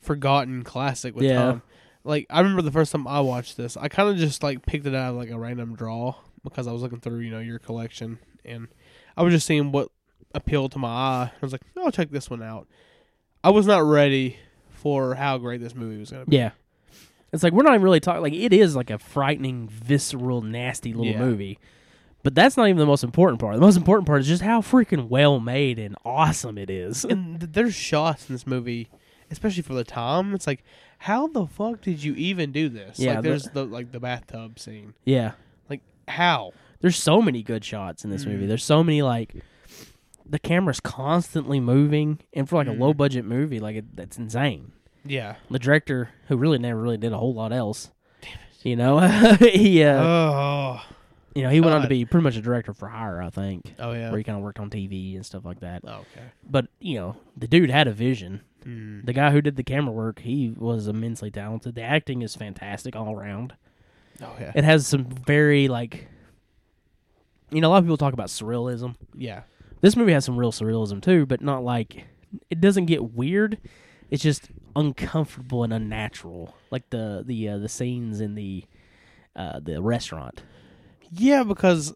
forgotten classic with
Yeah.
Tom. Like I remember the first time I watched this, I kind of just like picked it out of like a random draw because I was looking through you know your collection and I was just seeing what appealed to my eye. I was like, I'll check this one out. I was not ready for how great this movie was gonna be.
yeah it's like we're not even really talking like it is like a frightening visceral nasty little
Yeah.
movie but that's not even the most important part the most important part is just how freaking well made and awesome it is
And th- there's shots in this movie, especially for the time. It's like, how the fuck did you even do this?
Yeah,
like
the-
there's the like the bathtub scene.
yeah
Like how?
there's so many good shots in this movie.
Mm.
There's so many like the camera's constantly moving, and for like
Mm-hmm.
a low budget movie, like it, that's insane.
Yeah.
The director, who really never really did a whole lot else, you know, he uh,
Oh.
you know he went on to
God.
be pretty much a director for hire, I think,
Oh yeah.
where he kind of worked on TV and stuff like that.
Oh, okay.
But you know, the dude had a vision.
Mm.
The guy who did the camera work, he was immensely talented. The acting is fantastic all around.
Oh yeah.
It has some very like, you know, a lot of people talk about surrealism.
Yeah.
this movie has some real surrealism too, but not like it doesn't get weird. It's just uncomfortable and unnatural, like the the uh, the scenes in the uh, the restaurant.
Yeah, because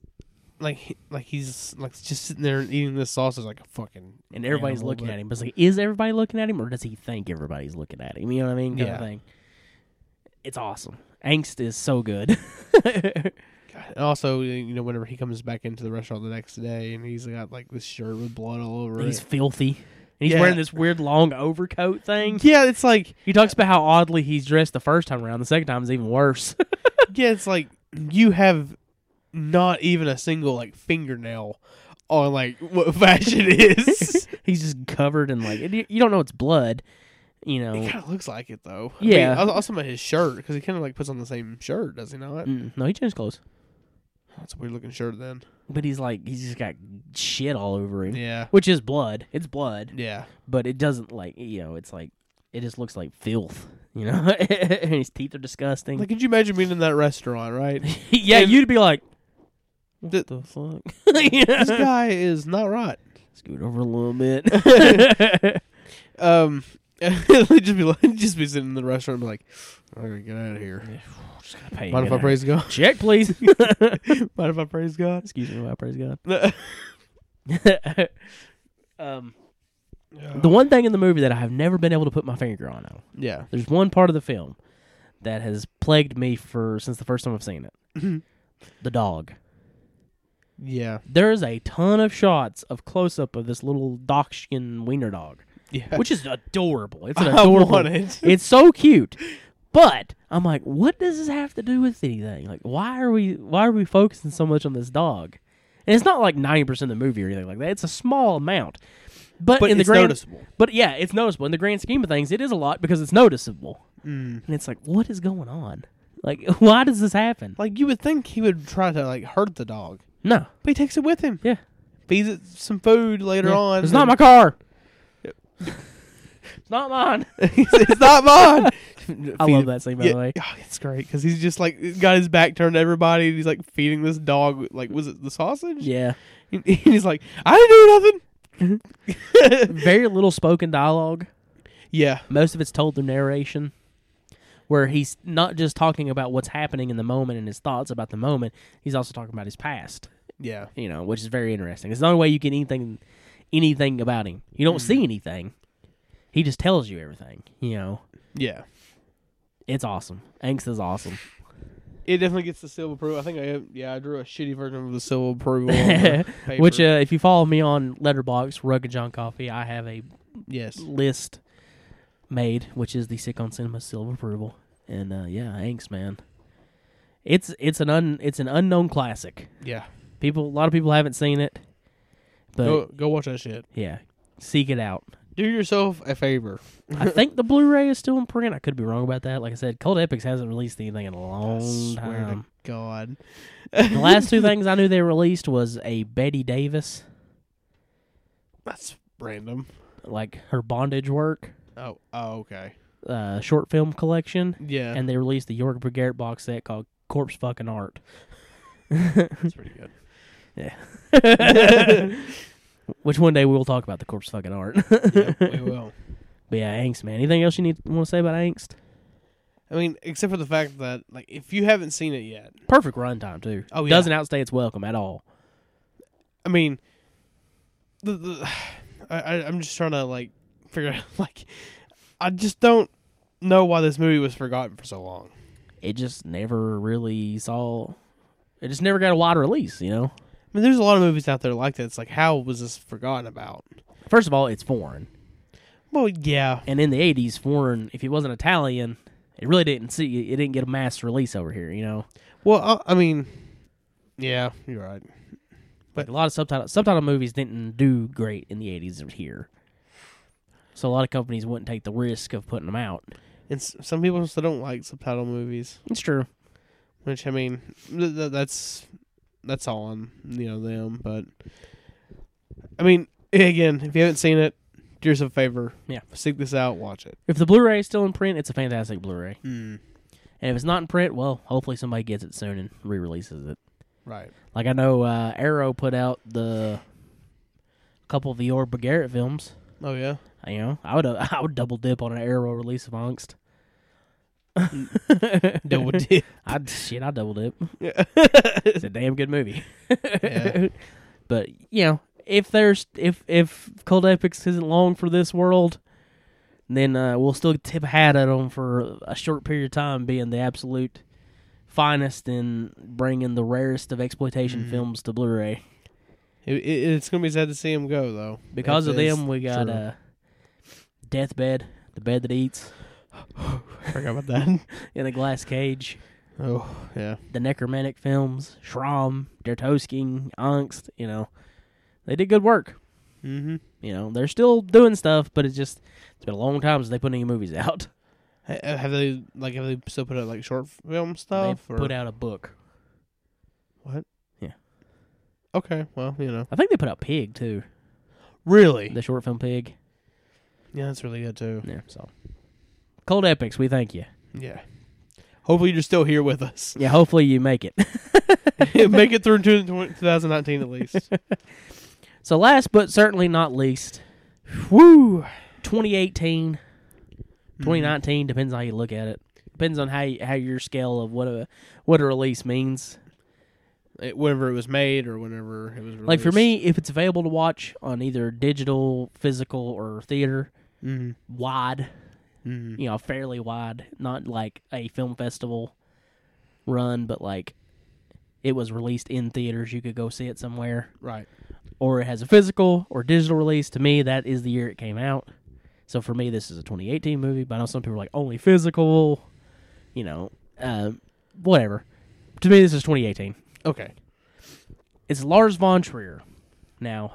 like he- like he's like just sitting there and eating this sausage like a fucking
And everybody's
animal,
looking
but-
at him, but it's like, is everybody looking at him, or does he think everybody's looking at him? You know what I mean? Kind
Yeah.
of thing. It's awesome. Angst is so good.
God. And also, you know, whenever he comes back into the restaurant the next day and he's got like this shirt with blood all over
He's
it.
filthy. And he's
Yeah.
wearing this weird long overcoat thing.
Yeah, it's like
He talks about how oddly he's dressed the first time around. The second time is even worse.
yeah, it's like you have not even a single like fingernail on like what fashion is.
he's just covered in like you you don't know it's blood, you
It
know.
kind of looks like it though.
Yeah.
I mean, also about his shirt because he kind of like puts on the same shirt, does he not?
Mm, no, he changed clothes,
That's a weird looking shirt then.
but he's like he's just got shit all over him,
Yeah,
which is blood. It's blood,
yeah,
but it doesn't like you know. It's like it just looks like filth, you know. and his teeth are disgusting.
Like, could you imagine being in that restaurant, right?
yeah,
and-
you'd be like, what
The-
the, fuck? yeah.
this guy is not right.
Scoot over a little bit.
Um, they'd just be like, just be sitting in the restaurant, and be like, "I gotta get out of here."
Just gotta pay
Mind if I
it.
praise God?
Check, please.
Mind if I praise God?
Excuse me, while I praise God.
the
um. The one thing in the movie that I have never been able to put my finger on, though,
yeah,
there's one part of the film that has plagued me for since the first time I've seen
Mm-hmm.
it. the dog.
yeah,
There is a ton of shots of close up of this little dachshund wiener dog,
yeah.
which is adorable. It's an
I
adorable.
want it.
It's so cute. But I'm like, what does this have to do with anything? Like, why are we why are we focusing so much on this dog? And it's not like ninety percent of the movie or anything like that. It's a small amount, but,
But
in the
it's
grand,
noticeable.
But yeah, it's noticeable in the grand scheme of things. It is a lot because it's noticeable,
Mm.
and it's like, what is going on? Like, why does this happen?
Like you would think he would try to like hurt the dog,
No,
but he takes it with him.
yeah,
Feeds it some food later
Yeah.
on.
It's not my car. it's not mine.
it's not mine.
I
Feed-
love that scene by
yeah,
the way.
oh, it's great because he's just like got his back turned to everybody. And he's like feeding this dog. Like, was it the sausage?
Yeah,
And he's like, I didn't do nothing.
very little spoken dialogue.
yeah,
Most of it's told through narration, where he's not just talking about what's happening in the moment and his thoughts about the moment. He's also talking about his past,
yeah,
you know, which is very interesting. It's the only way you get anything, anything about him. You don't see anything. he just tells you everything. You know,
Yeah.
it's awesome. Angst is awesome.
It definitely gets the silver approval. I think I yeah I drew a shitty version of the silver approval,
Which, uh, if you follow me on Letterbox, Rugged John Coffee, I have a
yes,
list made, which is the Sick on Cinema Silver Approval, and uh, yeah, Angst man, it's it's an un it's an unknown classic.
yeah.
People, a lot of people haven't seen it, but
Go go watch that shit.
yeah, seek it out.
Do yourself a favor.
I think the Blu-ray is still in print. I could be wrong about that. Like I said, Cold Epics hasn't released anything in a long
Swear
time.
to God.
the last two things I knew they released was a Betty Davis,
That's random.
like her bondage work,
Oh, oh okay.
uh, short film collection,
Yeah,
and they released the York Brigade box set called Corpse Fucking Art.
that's pretty good.
Which one day we'll talk about the corpse fucking art.
yep, we will.
But yeah, angst, man. Anything else you need want to say about angst?
I mean, except for the fact that like if you haven't seen it yet,
Perfect runtime too.
Oh, yeah.
doesn't outstay its welcome at all.
I mean, the, the I, I I'm just trying to like figure out like I just don't know why this movie was forgotten for so long.
It just never really saw. It just never got a wide release. You know.
I mean, there's a lot of movies out there like that. It's like how was this forgotten about?
First of all, it's foreign,
Well, yeah,
and in the '80s, foreign. If it wasn't Italian, it really didn't see. It didn't get a mass release over here. You know,
Well, I, I mean, yeah, you're right.
like a lot of subtitle subtitle movies didn't do great in the '80s over here. So a lot of companies wouldn't take the risk of putting them out.
And s- some people still don't like subtitle movies,
It's true.
which I mean, th- th- that's that's all on you know them. But I mean, again, if you haven't seen it, do yourself a favor.
Yeah.
seek this out, watch it.
If the Blu-ray is still in print, it's a fantastic Blu-ray.
Mm,
And if it's not in print, well, hopefully somebody gets it soon and re-releases it.
right.
Like I know uh, Arrow put out the couple of the Orba Garrett films.
Oh yeah.
You know, I would uh, I would double dip on an Arrow release of Angst.
Double dip.
I shit, I double dip.
Yeah.
It's a damn good movie.
Yeah.
But you know, if there's if if Cold Epics isn't long for this world, then uh, we'll still tip a hat at them for a short period of time being the absolute finest and bringing the rarest of exploitation
Mm-hmm.
films to Blu-ray.
It, it- it's gonna be sad to see him go though.
Because of
It is
them, we got
true.
uh, Deathbed, the bed that eats,
I forgot about that.
in a glass cage,
oh yeah.
the necromantic films, Schramm, Der Tosking, Angst. You know, they did good work.
Mm-hmm.
You know, they're still doing stuff, but it's just it's been a long time since they put any movies out.
uh, Have they like have they still put out like short film stuff?
they
or?
put out a book.
Okay, well, you know.
I think they put out Pig too,
Really?
the short film Pig.
yeah, that's really good too.
Yeah, so Cold Epics, we thank you.
Yeah. Hopefully you're still here with us.
Yeah, hopefully you make it.
Make it through to 2019 at least.
so last but certainly not least,
Woo!
2018, 2019 depends on how you look at it. Depends on how you, how your scale of what a what a release means.
It, whenever it was made or whenever it was released.
Like for me, if it's available to watch on either digital, physical, or theater
Mhm.
wide,
Mhm.
you know, fairly wide, not like a film festival run, but like it was released in theaters. You could go see it somewhere,
Right.
or it has a physical or digital release. To me, that is the year it came out. So for me, this is a 2018 movie. But I know some people are like only physical, you know, um, whatever. To me, this is 2018.
Okay.
It's Lars von Trier. Now,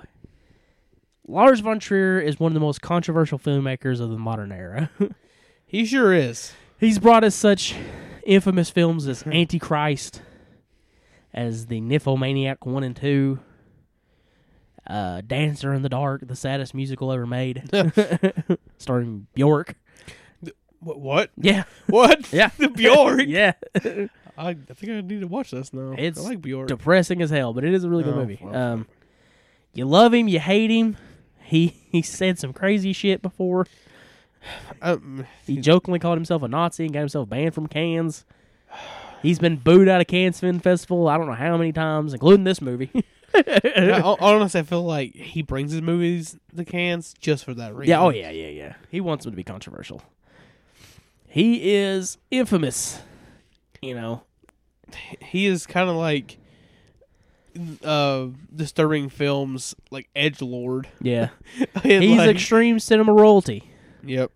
Lars von Trier is one of the most controversial filmmakers of the modern era.
He sure is.
He's brought us such infamous films as
Hmm.
Antichrist, as the Nymphomaniac One and Two, uh, Dancer in the Dark, the saddest musical ever made, starring Bjork.
What? What?
Yeah,
what?
Yeah.
the Bjork.
yeah,
I, I think I need to watch this now.
It's
I like Bjork.
depressing as hell, but it is a really good
Oh,
movie.
well.
Um, you love him, you hate him. He he said some crazy shit before.
um,
He jokingly called himself a Nazi and got himself banned from Cannes. He's been booed out of Cannes Film Festival I don't know how many times, including this movie.
I, honestly, I feel like he brings his movies the cans just for that reason.
Yeah, oh yeah, yeah, yeah. He wants them to be controversial. He is infamous, you know.
he is kind of like uh disturbing films like edge lord
Yeah. He's extreme cinema royalty.
yep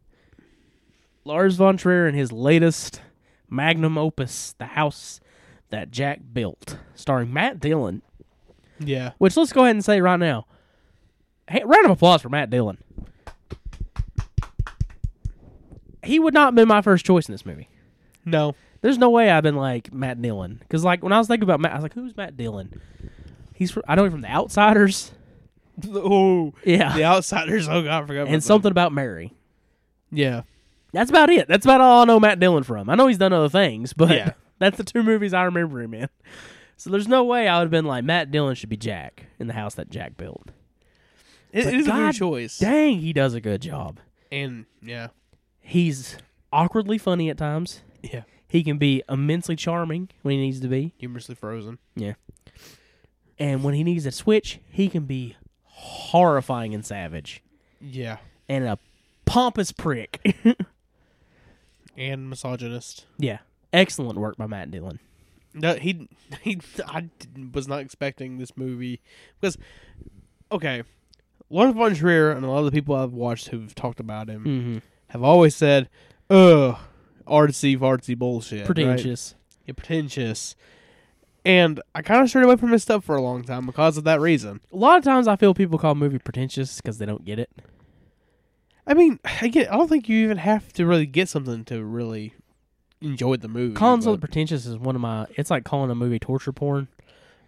Lars von Trier in his latest magnum opus, The House That Jack Built, starring Matt Dillon,
yeah
which let's go ahead and say right now. Hey, round of applause for Matt Dillon. He would not have been my first choice in this movie.
no
There's no way I've been like Matt Dillon because like when I was thinking about Matt, I was like, "Who's Matt Dillon?" He's from, I know him from The Outsiders,
oh
yeah,
the outsiders oh god I forgot about
and something about Mary.
that. yeah
That's about it. That's about all I know Matt Dillon from. I know he's done other things, but
Yeah.
that's the two movies I remember him in. So there's no way I would have been like Matt Dillon should be Jack in the house that Jack built.
It-
But
it is a
God
good choice
Dang, he does a good job.
and yeah
He's awkwardly funny at times.
yeah
He can be immensely charming when he needs to be,
humorously frozen
and when he needs to switch, he can be horrifying and savage
yeah
and a pompous prick.
and misogynist
yeah, excellent work by Matt Dillon.
No, he he. I didn't- was not expecting this movie because, okay, Lars von Trier and a lot of the people I've watched who've talked about him
Mm-hmm.
have always said, "Ugh, artsy fartsy bullshit, right?
Pretentious.
Yeah, pretentious." And I kind of strayed away from his stuff for a long time because of that reason.
A lot of times, I feel people call a movie pretentious because they don't get it.
I mean, I get. I don't think you even have to really get something to really enjoy the movie.
Calling
but-
something pretentious is one of my. It's like calling a movie torture porn.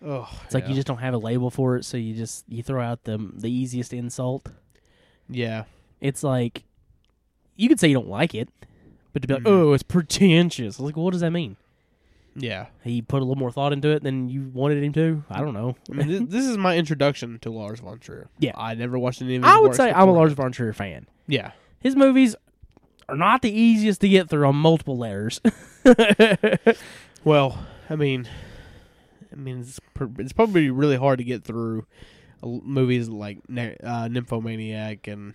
Ugh,
It's like you just don't have a label for it, so you just you throw out the the easiest insult.
yeah,
It's like you could say you don't like it, but to be like,
Mhm.
oh, it's pretentious. I was like, what does that mean?
yeah.
He put a little more thought into it than you wanted him to. I don't know.
I mean, thi- this is my introduction to Lars von Trier.
Yeah.
I never watched any of his
I would
works
say I'm a
before.
Lars von Trier fan.
Yeah,
His movies are not the easiest to get through on multiple layers.
well, I mean, I mean, it's, pr- it's probably really hard to get through uh, movies like Ne- uh, Nymphomaniac and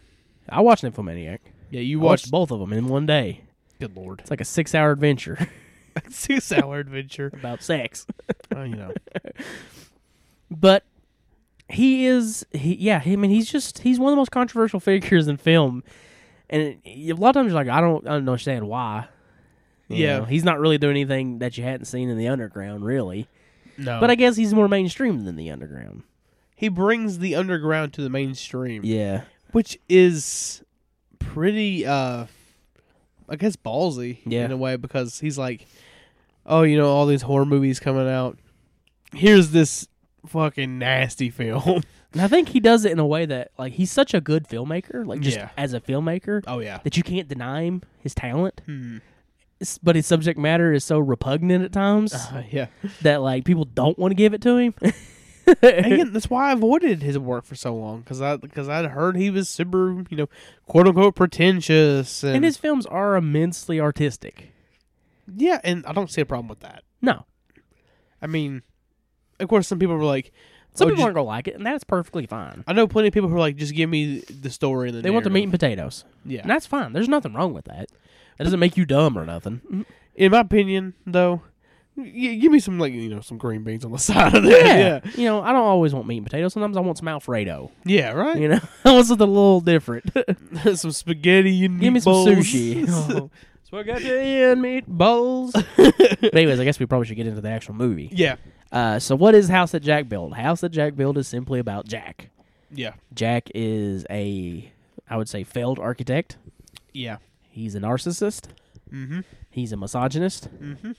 I watched Nymphomaniac.
yeah, you
I watched
watched.
both of them in one day.
Good lord,
It's like a six hour adventure
Six Hour Adventure.
about sex.
Oh, you know,
but he is he yeah he, i mean he's just he's one of the most controversial figures in film and it- a lot of times you're like i don't understand why You
Yeah.
know, he's not really doing anything that you hadn't seen in the underground really
no,
but i guess he's more mainstream than the underground
he brings the underground to the mainstream,
yeah
which is pretty, uh I guess, ballsy
Yeah.
in a way because he's like, oh, you know, all these horror movies coming out. Here's this fucking nasty film.
and i think he does it in a way that like he's such a good filmmaker like just
Yeah.
as a filmmaker
oh yeah.
that you can't deny him his talent
Hmm.
S- but his subject matter is so repugnant at times
Uh, yeah.
that like people don't want to give it to him
Again, that's why I avoided his work for so long because I because I'd heard he was super, you know, quote unquote pretentious and,
and his films are immensely artistic.
yeah, and I don't see a problem with that.
No,
I mean, of course, some people were like,
some
"Oh,
people
just-
aren't gonna like it, and that's perfectly fine.
I know plenty of people who are like, just give me the story and the
They want the meat and
narrative."
potatoes,
Yeah,
and that's fine. There's nothing wrong with that. That doesn't make you dumb or
Mm-hmm.
nothing.
in my opinion, though, y- give me some like you know some green beans on the side of that.
Yeah.
Yeah,
you know, I don't always want meat and potatoes. Sometimes I want some Alfredo.
yeah, right.
You know, I want something a little different.
some spaghetti and
Give me some
meatballs.
sushi. Oh, Spaghetti and meatballs. but anyways, I guess we probably should get into the actual movie.
yeah,
Uh, so, what is House That Jack Built? House That Jack Built is simply about Jack.
yeah,
Jack is a, I would say, failed architect.
yeah.
He's a narcissist.
Mm-hmm.
He's a misogynist.
Mm-hmm.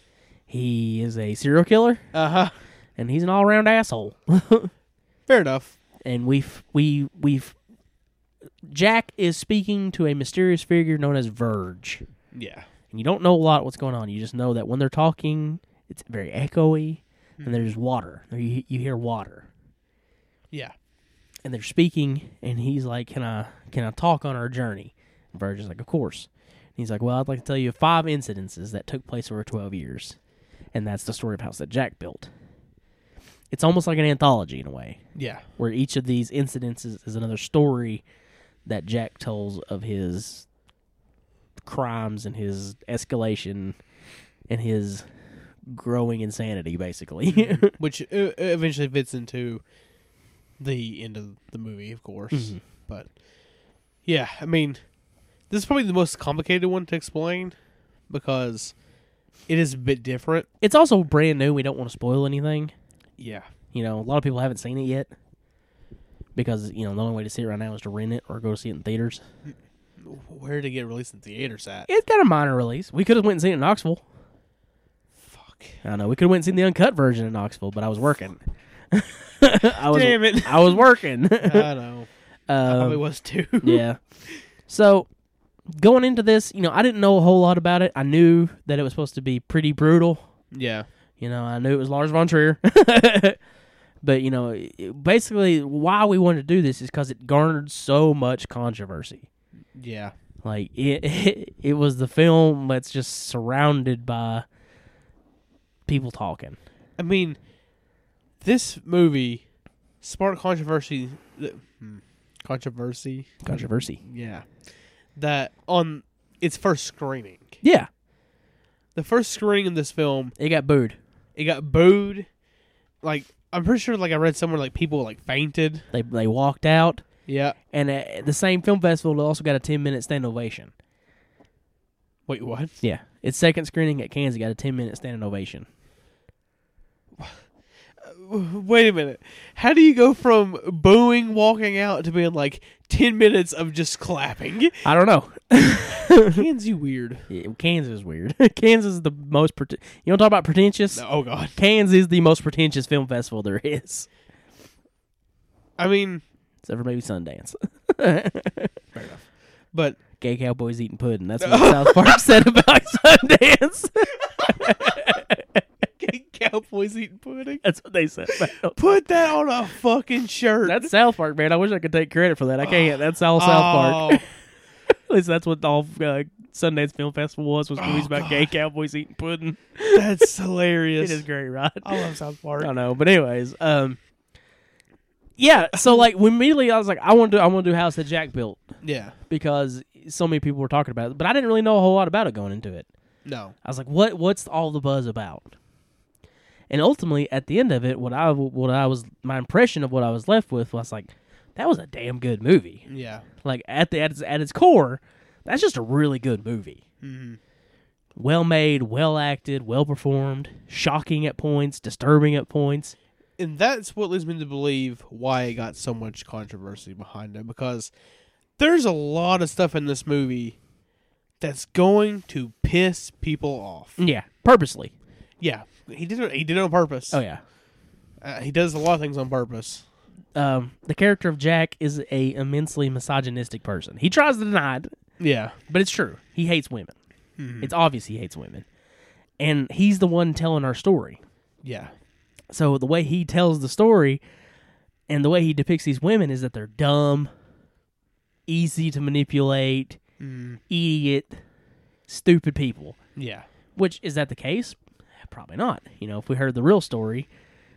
He is a serial killer,
Uh huh.
and he's an all-around asshole.
Fair enough.
and we've we we've Jack is speaking to a mysterious figure known as Verge,
Yeah.
and you don't know a lot what's going on. You just know that when they're talking, it's very echoey, and there's water. You you hear water,
Yeah.
and they're speaking, and he's like, "Can I can I talk on our journey?" And Verge is like, "Of course." And he's like, "Well, I'd like to tell you five incidences that took place over twelve years, and that's the story of house that Jack built." it's almost like an anthology in a way,
Yeah.
where each of these incidences is another story that Jack tells of his crimes and his escalation and his growing insanity, basically.
Which uh, uh, eventually fits into the end of the movie, of course.
Mhm.
But yeah, I mean, this is probably the most complicated one to explain because it is a bit different.
it's also brand new. We don't want to spoil anything.
Yeah.
You know, a lot of people haven't seen it yet because you know the only way to see it right now is to rent it or go see it in theaters.
Where did it get released in theaters at?
It's got a minor release. We could have went and seen it in Knoxville.
Fuck.
I know we could have went and seen the uncut version in Knoxville, but I was working. I was,
Damn it.
I was working.
I know. Probably
um,
was too.
yeah. So going into this, you know, I didn't know a whole lot about it. I knew that it was supposed to be pretty brutal.
yeah.
You know, I knew it was Lars von Trier. but, you know, it- basically why we wanted to do this is because it garnered so much controversy.
Yeah.
Like, it, it, was the film that's just surrounded by people talking.
I mean, this movie sparked controversy. th- hmm, Controversy.
Controversy.
Yeah. That on its first screening.
Yeah.
The first screening of this film,
It got booed.
it got booed. Like I'm pretty sure like I read somewhere like people like fainted.
They, they walked out.
Yeah.
And at the same film festival, they also got a 10 minute stand ovation.
Wait, what?
Yeah. Its second screening at Kansas got a 10 minute standing ovation.
Wait a minute. How do you go from booing walking out to being like 10 minutes of just clapping?
I don't know.
Hands you weird.
Yeah, Kansas is weird. Kansas is the most. Pret- you don't talk about pretentious.
Oh god.
Cannes is the most pretentious film festival there is,
I mean,
except for maybe Sundance.
but
Gay cowboys eating pudding. That's what South Park said about Sundance.
cowboys eating pudding.
That's what they said. about-
Put that on a fucking shirt.
That's South Park, man. I wish I could take credit for that. I can't. That's all South Park.
Oh,
At least that's what all uh, Sundance Film Festival was was movies
Oh,
about gay cowboys eating pudding.
Oh, that's hilarious.
It is great, right?
I love South Park.
I don't know, but anyways, um, yeah. So like, when immediately I was like, I want to, I want to do house that Jack built
Yeah.
because so many people were talking about it, but I didn't really know a whole lot about it going into it.
No.
I was like, what, what's all the buzz about? And ultimately, at the end of it, what I, what I was, my impression of what I was left with was like, that was a damn good movie.
Yeah.
Like at the at its, at its core, that's just a really good movie.
Mhm.
Well made, well acted, well performed, shocking at points, disturbing at points.
And that's what leads me to believe why it got so much controversy behind it because there's a lot of stuff in this movie that's going to piss people off.
Yeah, purposely.
Yeah. He did it he did it on purpose.
Oh yeah.
Uh, he does a lot of things on purpose.
Um, the character of Jack is a immensely misogynistic person. He tries to deny it,
Yeah.
but it's true. He hates women. It's obvious he hates women, and he's the one telling our story.
Yeah.
So the way he tells the story, and the way he depicts these women is that they're dumb, easy to manipulate, idiot, stupid people.
Yeah.
Which is that the case? Probably not. You know, if we heard the real story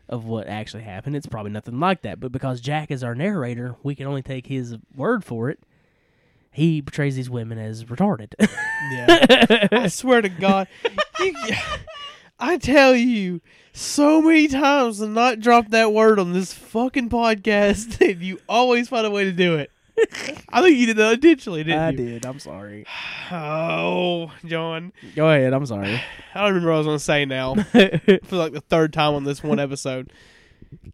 of what actually happened, it's probably nothing like that. But because Jack is our narrator, we can only take his word for it. He portrays these women as retarded.
Yeah. I swear to God. You, I tell you so many times to not drop that word on this fucking podcast, and you always find a way to do it. I think you did that intentionally, didn't you?
did. I'm sorry.
Oh, John.
Go ahead. I'm sorry.
I don't remember what I was going to say now for like the third time on this one episode.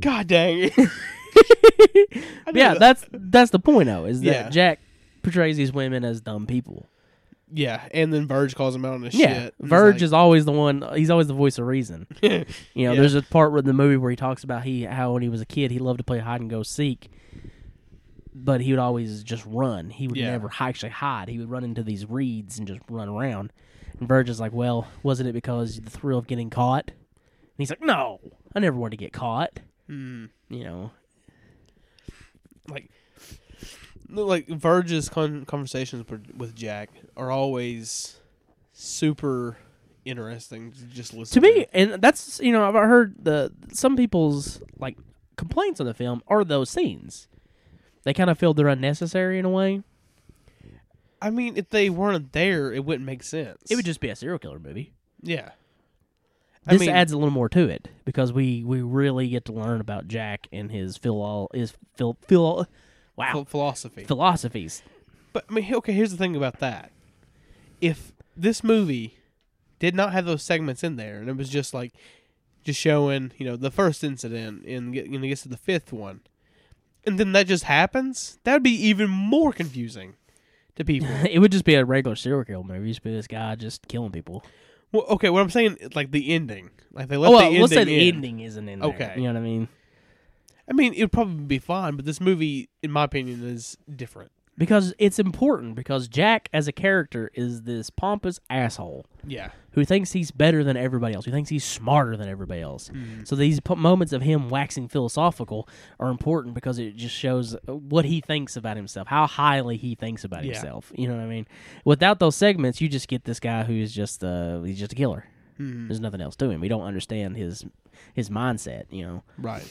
God dang it. I
yeah,
knew that-
that's that's the point though, is that
Yeah.
Jack portrays these women as dumb people.
Yeah, and then Verge calls him out on his
Yeah,
shit.
Verge is always the one. He's always the voice of reason.
is.
You know,
Yeah.
there's a part where in the movie where he talks about he how when he was a kid he loved to play hide and go seek, but he would always just run. He would
Yeah.
never hi- actually hide. He would run into these reeds and just run around. And Verge is like, "Well, wasn't it because the thrill of getting caught?" And he's like, "No, I never wanted to get caught."
Hmm.
You know,
like like Verge's con- conversations with- with Jack are always super interesting to just listen
to me, and that's you know I've heard the some people's like complaints on the film are those scenes. They kind of feel they're unnecessary in a way.
I mean, if they weren't there, it wouldn't make sense.
It would just be a serial killer movie.
yeah. I
This
mean-
adds a little more to it because we we really get to learn about Jack and his phil his phil phil wow
Ph- philosophy.
philosophies.
But I mean, okay, here's the thing about that. If this movie did not have those segments in there, and it was just like just showing, you know, the first incident and get- and it gets to the fifth one, and then that just happens, that would be even more confusing to people.
It would just be a regular serial killer movie. Just be this guy just killing people.
well, okay, what I'm saying, is, like the ending, like they left
Oh,
the
well,
ending.
let's say the
in.
ending isn't in there.
Okay.
you know what I mean.
I mean, it would probably be fine, but this movie, in my opinion, is different.
because it's important because Jack as a character is this pompous asshole
Yeah,
who thinks he's better than everybody else, who thinks he's smarter than everybody else. So these p- moments of him waxing philosophical are important because it just shows uh, what he thinks about himself, how highly he thinks about
Yeah.
himself. You know what I mean? Without those segments, you just get this guy who's just uh he's just a killer. There's nothing else to him. We don't understand his his mindset, you know.
right.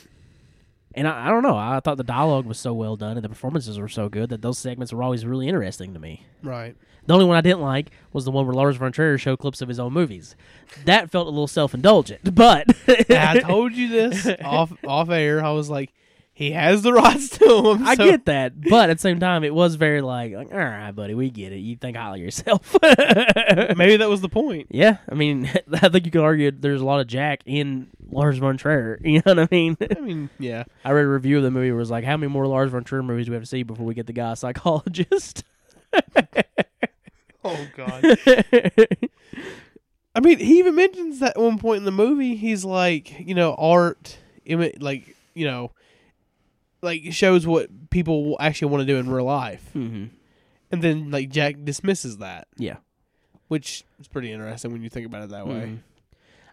And I, I don't know. I thought the dialogue was so well done and the performances were so good that those segments were always really interesting to me.
Right.
The only one I didn't like was the one where Lars von Trier showed clips of his own movies. That felt a little self-indulgent, but
I told you this off off air. I was like, he has the rights to him.
I
so-
get that. But at the same time, it was very like, like all right, buddy, we get it. You think highly of yourself.
Maybe that was the point.
yeah, I mean, I think you could argue there's a lot of Jack in Lars von Trier. You know what I mean?
I mean, yeah.
I read a review of the movie where it was like, how many more Lars von Trier movies do we have to see before we get the guy a psychologist?
Oh god. I mean, he even mentions that at one point in the movie. He's like, you know, art, imi- like, you know, like shows what people actually want to do in real life,
hmm
and then like Jack dismisses that,
Yeah.
which is pretty interesting when you think about it that
Hmm.
way.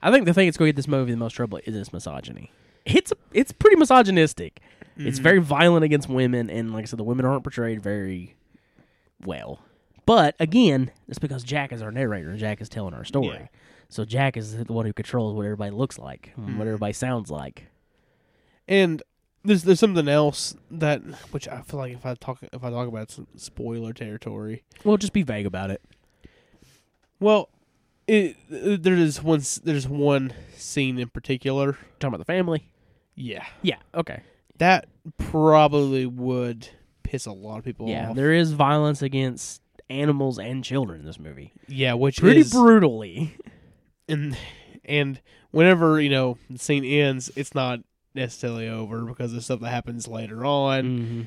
I think the thing that's going to get this movie the most trouble is its misogyny. It's it's pretty misogynistic. It's very violent against women, and like I said, the women aren't portrayed very well. But again, it's because Jack is our narrator, and Jack is telling our story.
Yeah.
So Jack is the one who controls what everybody looks like, and what everybody sounds like.
And there's there's something else that which I feel like if I talk if I talk about it's spoiler territory.
Well, just be vague about it.
Well, it, uh, there is one s- there's one scene in particular.
Talking about the family.
Yeah,
Yeah. Okay.
that probably would piss a lot of people
Yeah.
off.
There is violence against animals and children in this movie,
yeah, which
pretty
is
brutally.
and and whenever you know the scene ends, it's not necessarily over because there's stuff that happens later on.
Mm-hmm.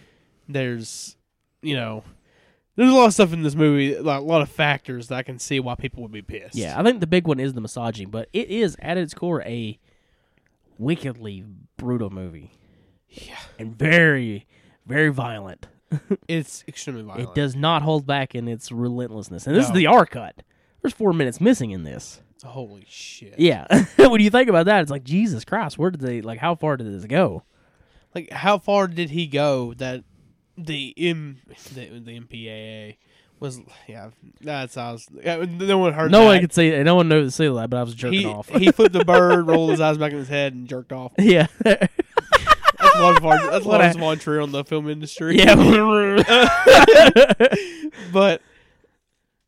There's you know. There's a lot of stuff in this movie, like a lot of factors that I can see why people would be pissed.
Yeah, I think the big one is the misogyny, but it is at its core a wickedly brutal movie. Yeah, and very, very violent.
It's extremely violent.
It does not hold back in its relentlessness, and this is
No.
the R cut. There's four minutes missing in this.
Holy shit!
Yeah, when you think about that, it's like Jesus Christ, where did they like? How far did this go?
Like, how far did he go that the M the, the MPAA was? Yeah, that's I was. yeah, No one heard.
No
that.
one could see, and no one knows see that, but I was jerking
He,
off.
he flipped the bird, rolled his eyes back in his head, and jerked off.
yeah,
That's Lars von, that's
What a-
Lars von Trier on the film industry.
yeah.
but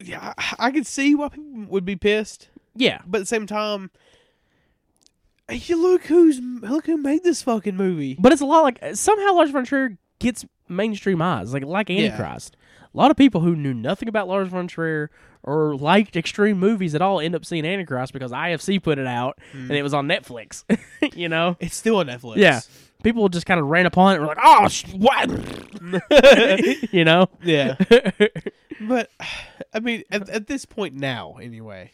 yeah, I, I could see why people would be pissed,
yeah,
but at the same time, you look who's look who made this fucking movie.
But it's a lot like somehow Lars von Trier gets mainstream eyes, like like
Yeah.
Antichrist. A lot of people who knew nothing about Lars von Trier or liked extreme movies at all end up seeing Antichrist because IFC put it out
Mm.
and it was on Netflix. you know,
It's still on Netflix.
yeah. People just kind of ran upon it and were like, "Oh, sh- what?" you know,
yeah. But I mean, at, at this point now, anyway,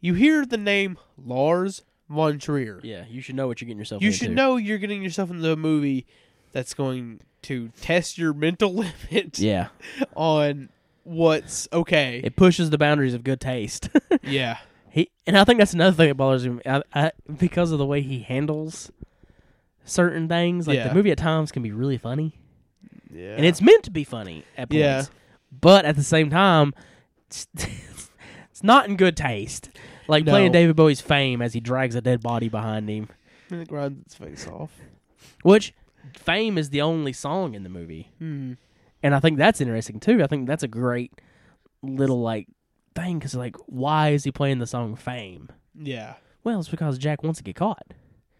you hear the name Lars von Trier.
yeah. You should know what you're getting yourself.
You
into.
should know you're getting yourself into a movie that's going to test your mental limit
Yeah,
on what's okay.
it pushes the boundaries of good taste.
yeah,
He and I think that's another thing that bothers me I, I, because of the way he handles certain things. Like
Yeah.
the movie at times can be really funny,
yeah,
and it's meant to be funny at points.
Yeah.
But at the same time, it's, it's not in good taste. Like
No.
playing David Bowie's fame as he drags a dead body behind him.
And it grinds its face off.
Which fame is the only song in the movie.
Hmm.
And I think that's interesting too. I think that's a great little like thing cuz like why is he playing the song Fame?
Yeah.
Well, it's because Jack wants to get caught.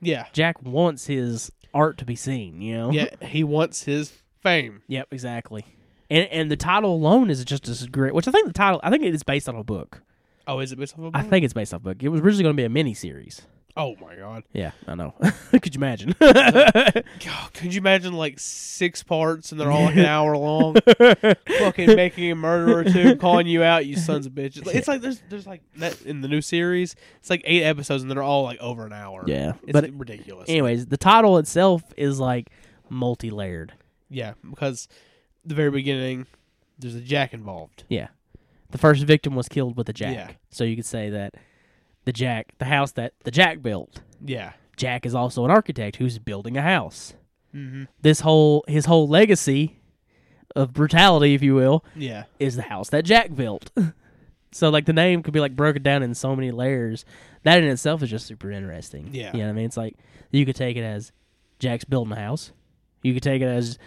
Yeah.
Jack wants his art to be seen, you know.
Yeah. He wants his fame.
Yep, exactly. And and the title alone is just as great. Which I think the title, I think it is based on a book.
Oh, is it based off a book?
I think it's based on a book. It was originally going to be a mini series.
oh my god.
Yeah, I know. Could you imagine? Fucking
God, could you imagine like six parts and they're all like an hour long? Fucking making a murderer too, calling you out, you sons of bitches. Like, it's like there's there's like that in the new series. It's like eight episodes and they're all like over an hour.
Yeah,
It's
but-
ridiculous.
Anyways, the title itself is like multi-layered.
yeah, because the very beginning there's a jack involved.
Yeah, the first victim was killed with a jack,
Yeah.
so you could say that the jack, the house that the jack built.
Yeah.
Jack is also an architect who's building a house.
Mm-hmm.
This whole his whole legacy of brutality, if you will,
Yeah.
is the house that Jack built. so like the name could be like broken down in so many layers. That in itself is just super interesting.
Yeah.
You know what I mean? It's like you could take it as Jack's building a house. You could take it as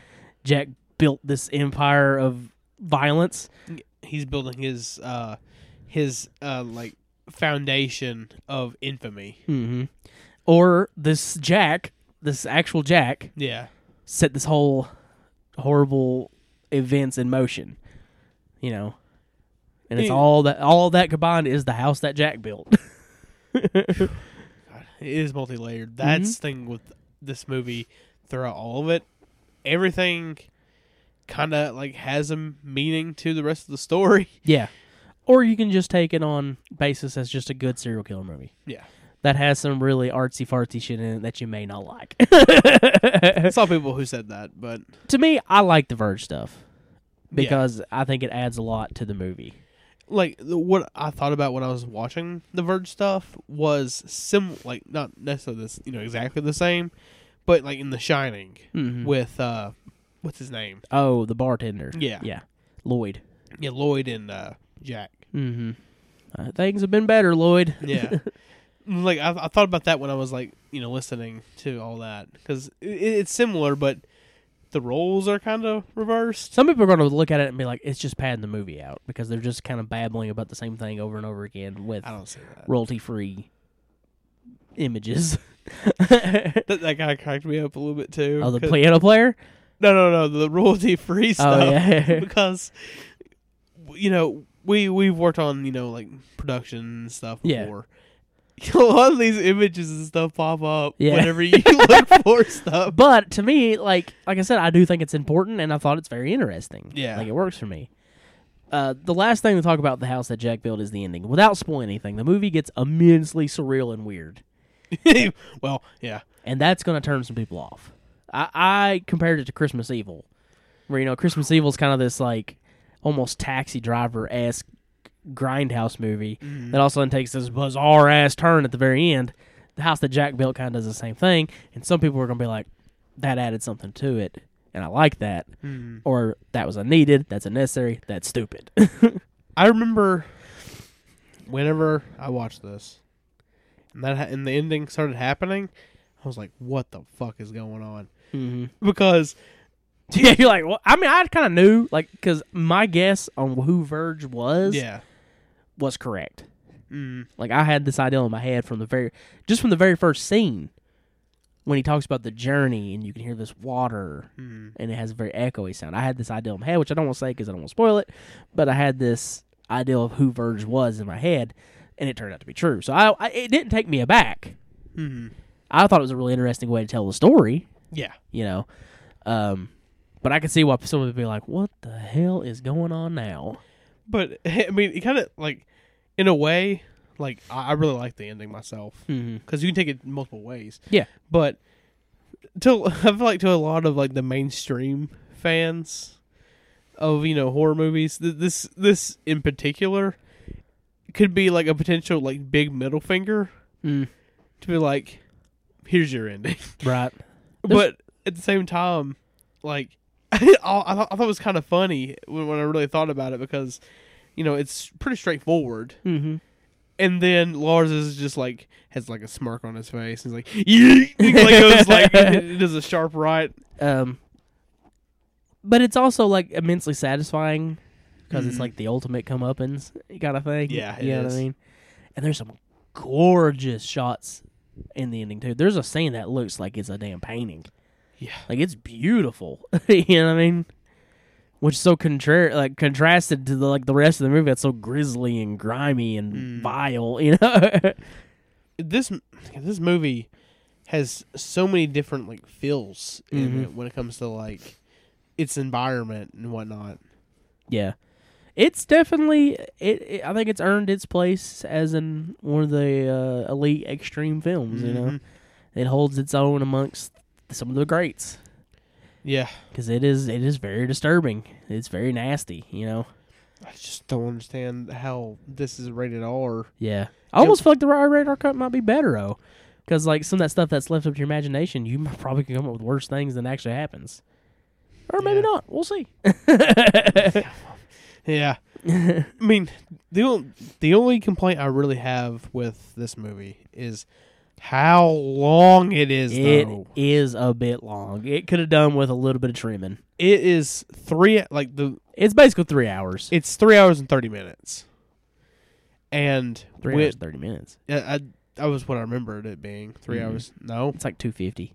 Jack built this empire of violence.
He's building his uh his uh like foundation of infamy.
Mm-hmm. Or this Jack, this actual Jack,
Yeah.
set this whole horrible events in motion. You know. And it's
Yeah.
all that all that combined is the house that Jack built.
It is multi layered. That's the thing with this movie throughout all of it. Everything kind of like has a meaning to the rest of the story.
Yeah. Or you can just take it on basis as just a good serial killer movie
Yeah.
that has some really artsy fartsy shit in it that you may not like.
I saw people who said that, but
to me, I like the Verge stuff
Yeah.
because I think it adds a lot to the movie.
like the- what I thought about when I was watching the Verge stuff was sim like not necessarily this, you know, exactly the same, but like in The Shining with uh what's his name?
Oh, the bartender.
Yeah.
Yeah. Lloyd.
Yeah, Lloyd and uh Jack.
Mm-hmm. Uh, things have been better, Lloyd.
Yeah. like I, I thought about that when I was like you know listening to all that because it, it's similar, but the roles are kind of reversed.
Some people are going to look at it and be like, it's just padding the movie out because they're just kind of babbling about the same thing over and over again with
I don't see that.
royalty free images.
That, that kind of cracked me up a little bit too.
Oh, the
'cause-
piano player?
No, no, no. The royalty free stuff.
Oh, yeah.
because you know we we've worked on you know like production and stuff
Yeah.
before. A lot of these images and stuff pop up
Yeah.
whenever you look for stuff.
but to me, like like I said, I do think it's important, and I thought it's very interesting.
Yeah.
like it works for me. Uh, the last thing to talk about the house that Jack built is the ending. Without spoiling anything, the movie gets immensely surreal and weird,
well, yeah,
and that's going to turn some people off. I, I compared it to Christmas Evil, where you know Christmas Evil is kind of this like almost taxi driver esque grindhouse movie that also then takes this bizarre ass turn at the very end. The house that Jack built kind of does the same thing, and some people are going to be like, "That added something to it, and I like that," or "That was unneeded. That's unnecessary. That's stupid."
I remember whenever I watched this, and that ha- and the ending started happening. I was like, "What the fuck is going on?" Because
yeah, you're like, well, I mean, I kind of knew, like, because my guess on who Verge was
yeah,
was correct.
mm,
Like, I had this idea in my head from the very, just from the very first scene when he talks about the journey, and you can hear this water
mm,
and it has a very echoey sound. I had this idea in my head, which I don't want to say because I don't want to spoil it, but I had this idea of who Verge was in my head, and it turned out to be true. So I, I it didn't take me aback.
mm,
I thought it was a really interesting way to tell the story,
yeah,
you know. Um, but I could see why some would be like, "What the hell is going on now?"
but I mean, it kind of like in a way, like I, I really like the ending myself
Mm-hmm.
because you can take it multiple ways.
Yeah.
but to I feel like to a lot of like the mainstream fans of you know horror movies, th- this this in particular could be like a potential like big middle finger
Mm.
to be like, here's your ending.
Right. There's-
but at the same time, like I, thought- I thought it was kind of funny when, when I really thought about it because you know it's pretty straightforward
Mm-hmm.
And then Lars is just like has like a smirk on his face. He's like, "Yeet!" He, like goes like it does a sharp right.
Um, but it's also like immensely satisfying because it's
Mhm.
like the ultimate comeuppance kind of thing.
Yeah, it
you know what
is.
I mean. And there's some gorgeous shots in the ending too. There's a scene that looks like it's a damn painting.
Yeah.
like it's beautiful. you know what I mean? Which is so contrary, like contrasted to the like the rest of the movie. That's so grisly and grimy and
Mm.
vile. You know.
This this movie has so many different like feels in
Mhm.
it when it comes to like its environment and whatnot.
Yeah, it's definitely it, it- I think it's earned its place as in one of the uh, elite extreme films. You know,
Mhm.
it holds its own amongst some of the greats
Yeah.
because it is it is very disturbing. It's very nasty. You know.
I just don't understand how this is rated R.
Yeah, I almost feel like the Ra- radar cut might be better though. Because like some of that stuff that's left up to your imagination, you might probably can come up with worse things than actually happens, or maybe
Yeah.
not. We'll see.
Yeah. I mean, the on- the only complaint I really have with this movie is how long it is.
It
though
is a bit long. It could have done with a little bit of trimming.
it is three like the
It's basically three hours.
it's three hours and thirty minutes, and
Three
when-
hours, thirty minutes.
I, I that was what I remembered it being 3
Mhm.
hours. No,
It's like two fifty.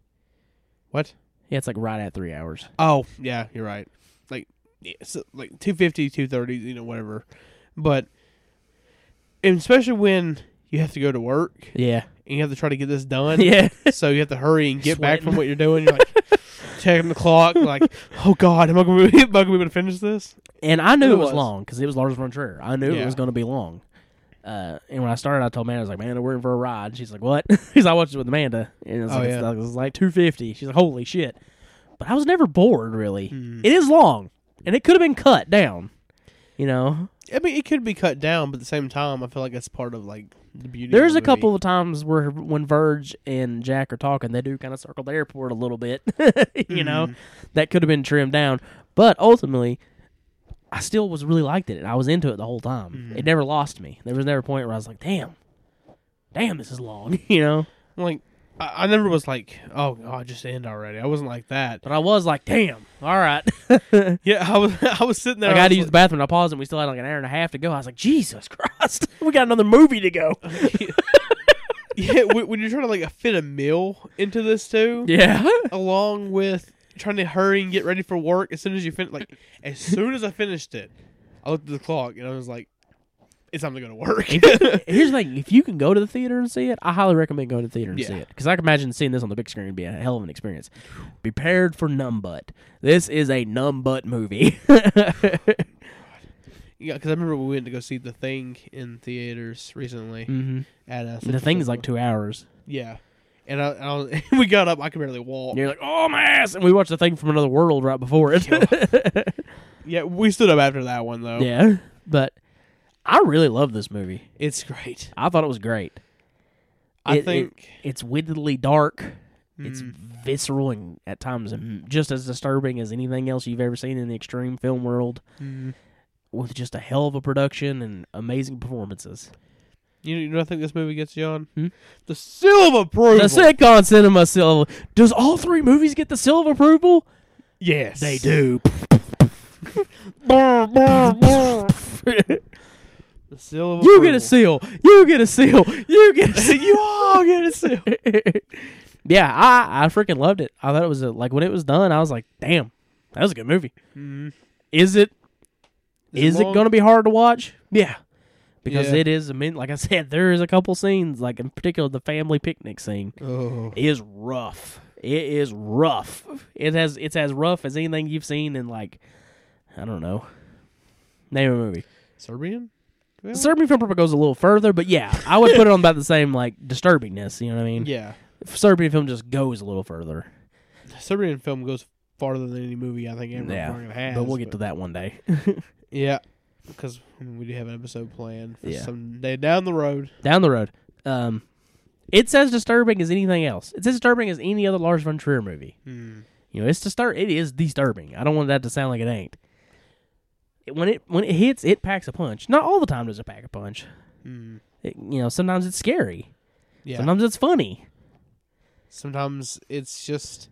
what?
Yeah, it's like right at three hours.
Oh yeah, you're right. Like yeah, so like 250, 230, you know whatever, but and especially when you have to go to work
Yeah,
and you have to try to get this done.
yeah.
So you have to hurry and get back
Sweating.
from what you're doing. You're like checking the clock, like, oh god, am I going to be, am I going to be able to finish this?
And I knew
It
it was,
was.
long because it was Lars von Trier. I knew
Yeah.
it was going to be long. Uh, and when I started, I told Amanda, I was like, "Man, we're in for a ride." And she's like, "What?" Because I watched it with Amanda, and it was
Oh,
like,
yeah.
it's like, two fifty. She's like, "Holy shit!" But I was never bored, really.
Hmm.
It is long, and it could have been cut down. You know,
I mean, it could be cut down, but at the same time, I feel like that's part of like the beauty. of the
there's a
movie.
couple of times where when Verge and Jack are talking, they do kind of circle the airport a little bit. you know, that could have been trimmed down, but ultimately, I still was really liked it, and I was into it the whole time. It never lost me. There was never a point where I was like, "Damn, damn, this is long," you know.
Like, I, I never was like, oh god, just end already. I wasn't like that.
But I was like, "Damn, all right." I
Yeah, I was. I was sitting there.
got to
was
use the bathroom. I paused, and we still had like an hour and a half to go. I was like, "Jesus Christ, we got another movie to go."
like, yeah, when, when you're trying to like fit a meal into this too,
yeah,
along with trying to hurry and get ready for work. As soon as you finish, like, as soon as I finished it, I looked at the clock and I was like, it's time to go to work.
Here's the thing: if you can go to the theater and see it, I highly recommend going to the theater and
Yeah.
see it because I can imagine seeing this on the big screen would be a hell of an experience. Prepared for numbutt. This is a numbutt movie.
yeah, because I remember we went to go see The Thing in theaters recently.
hmm
At uh,
The
Central
thing is
Cinema.
like two hours.
yeah, and I, and I was, we got up. I could barely walk.
And you're like, oh my ass, and we watched the thing from another world right before it.
Yeah, we stood up after that one though.
yeah, but I really love this movie.
It's great.
I thought it was great.
I
It- it-
think
It's wittedly dark. It's
Mm.
visceral and at times mm, just as disturbing as anything else you've ever seen in the extreme film world.
Mm.
with just a hell of a production and amazing performances.
you, you know. what I think this movie gets you on
Hmm?
the seal of approval.
The sitcom cinema silver. Does all three movies get the silver approval?
Yes,
They do.
The seal of
you get a
approval.
seal. You get a seal. You get a seal.
you all get a seal.
yeah, I I freaking loved it. I thought it was a, like when it was done, I was like, damn, that was a good movie.
Mhm.
Is it?
Is
Is,
it
it,
long?
gonna be hard to watch? Yeah, because
Yeah.
it is. I mean, like I said, there is a couple scenes, like in particular the family picnic scene.
Oh,
is rough. It is rough. It has it's as rough as anything you've seen in like I don't know. Name a movie.
Serbian. Well,
The Serbian film probably goes a little further, but yeah, I would put it on about the same like disturbingness. You know what I mean?
yeah,
Serbian film just goes a little further,
Serbian film goes farther than any movie I think ever
Yeah,
fucking has.
but we'll get to that one day.
Yeah, because we do have an episode planned for
Yeah.
some day down the road.
Down the road, um, it's as disturbing as anything else. It's as disturbing as any other Lars von Trier movie.
Hmm.
You know, it's disturb. It is disturbing. I don't want that to sound like it ain't. It- When it when it hits, it packs a punch. Not all the time does it pack a punch,
Mm.
It- you know, sometimes it's scary.
Yeah.
Sometimes it's funny.
Sometimes it's just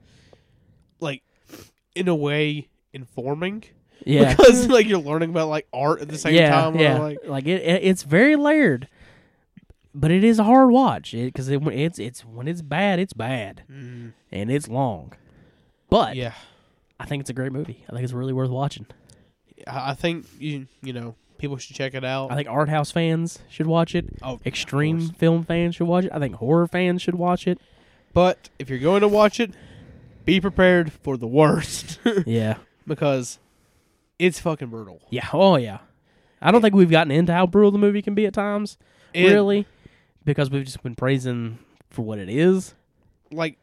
like, in a way, informing.
Yeah.
Because like you're learning about like art at the same
yeah,
time. where,
yeah.
Like,
it, it- it's very layered, but it is a hard watch because it, when it's it's when it's bad, it's bad
mm,
and it's long. But
yeah.
I think it's a great movie. I think it's really worth watching.
I I think you you know people should check it out.
I think art house fans should watch it.
Oh, of
Extreme
course.
film fans should watch it. I think horror fans should watch it.
But if you're going to watch it, be prepared for the worst
Yeah.
because it's fucking brutal.
Yeah. Oh yeah. I don't think we've gotten into how brutal the movie can be at times,
And,
really, because we've just been praising for what it is.
Like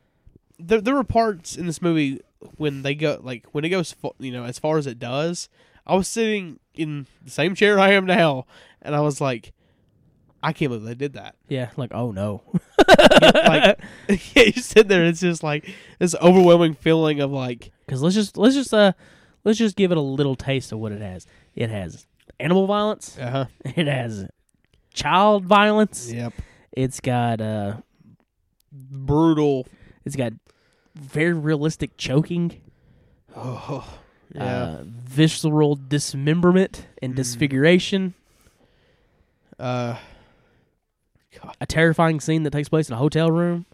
there there were parts in this movie when they go like when it goes fu- you know as far as it does. I was sitting in the same chair I am now, and I was like, I can't believe they did that.
Yeah. Like oh no.
like yeah, you sit there and it's just like this overwhelming feeling of like
Because let's just let's just uh let's just give it a little taste of what it has. It has animal violence.
uh-huh
It has child violence.
yep
It's got uh
brutal
it's got very realistic choking,
oh yeah
uh, visceral dismemberment and disfiguration.
uh, God.
A terrifying scene that takes place in a hotel room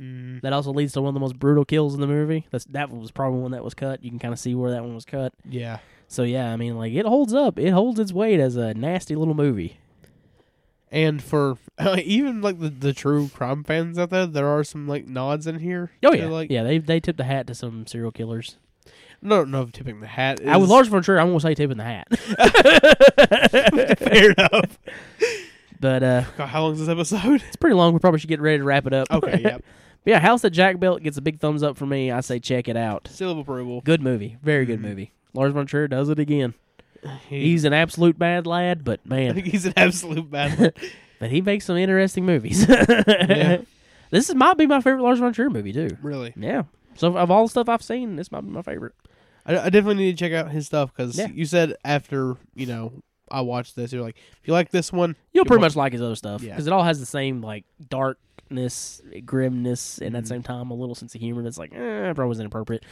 Mm,
that also leads to one of the most brutal kills in the movie. That's that was probably one that was cut. You can kind of see where that one was cut.
yeah
So yeah, I mean like it holds up. It holds its weight as a nasty little movie.
and for even like the, the true crime fans out there there are some like nods in here
Oh
to,
yeah,
like
yeah. They they tipped the hat to some serial killers.
no no tipping the hat
I was
is-
large for sure. I won't say tipping the hat.
fair enough
but uh,
God, how long's this episode
it's pretty long. We probably should get ready to wrap it up.
okay yep
but yeah, House that Jack built gets a big thumbs up from me. I say check it out.
seal of approval
Good movie. Very good
Mhm.
movie. Lars von Trier does it again.
He-
He's an absolute bad lad, but
I
man,
think he's an absolute bad
but he makes some interesting movies. This is, might be my favorite Lars von Trier movie too.
really
Yeah. So of all the stuff I've seen, this might be my favorite.
I, I definitely need to check out his stuff because
Yeah.
you said after you know I watched this, you're like, if you like this one,
You'll
Good
pretty
one.
much like his other stuff
Yeah.
because it all has the same like darkness, grimness,
Mm-hmm.
and at the same time a little sense of humor that's like eh, probably wasn't appropriate.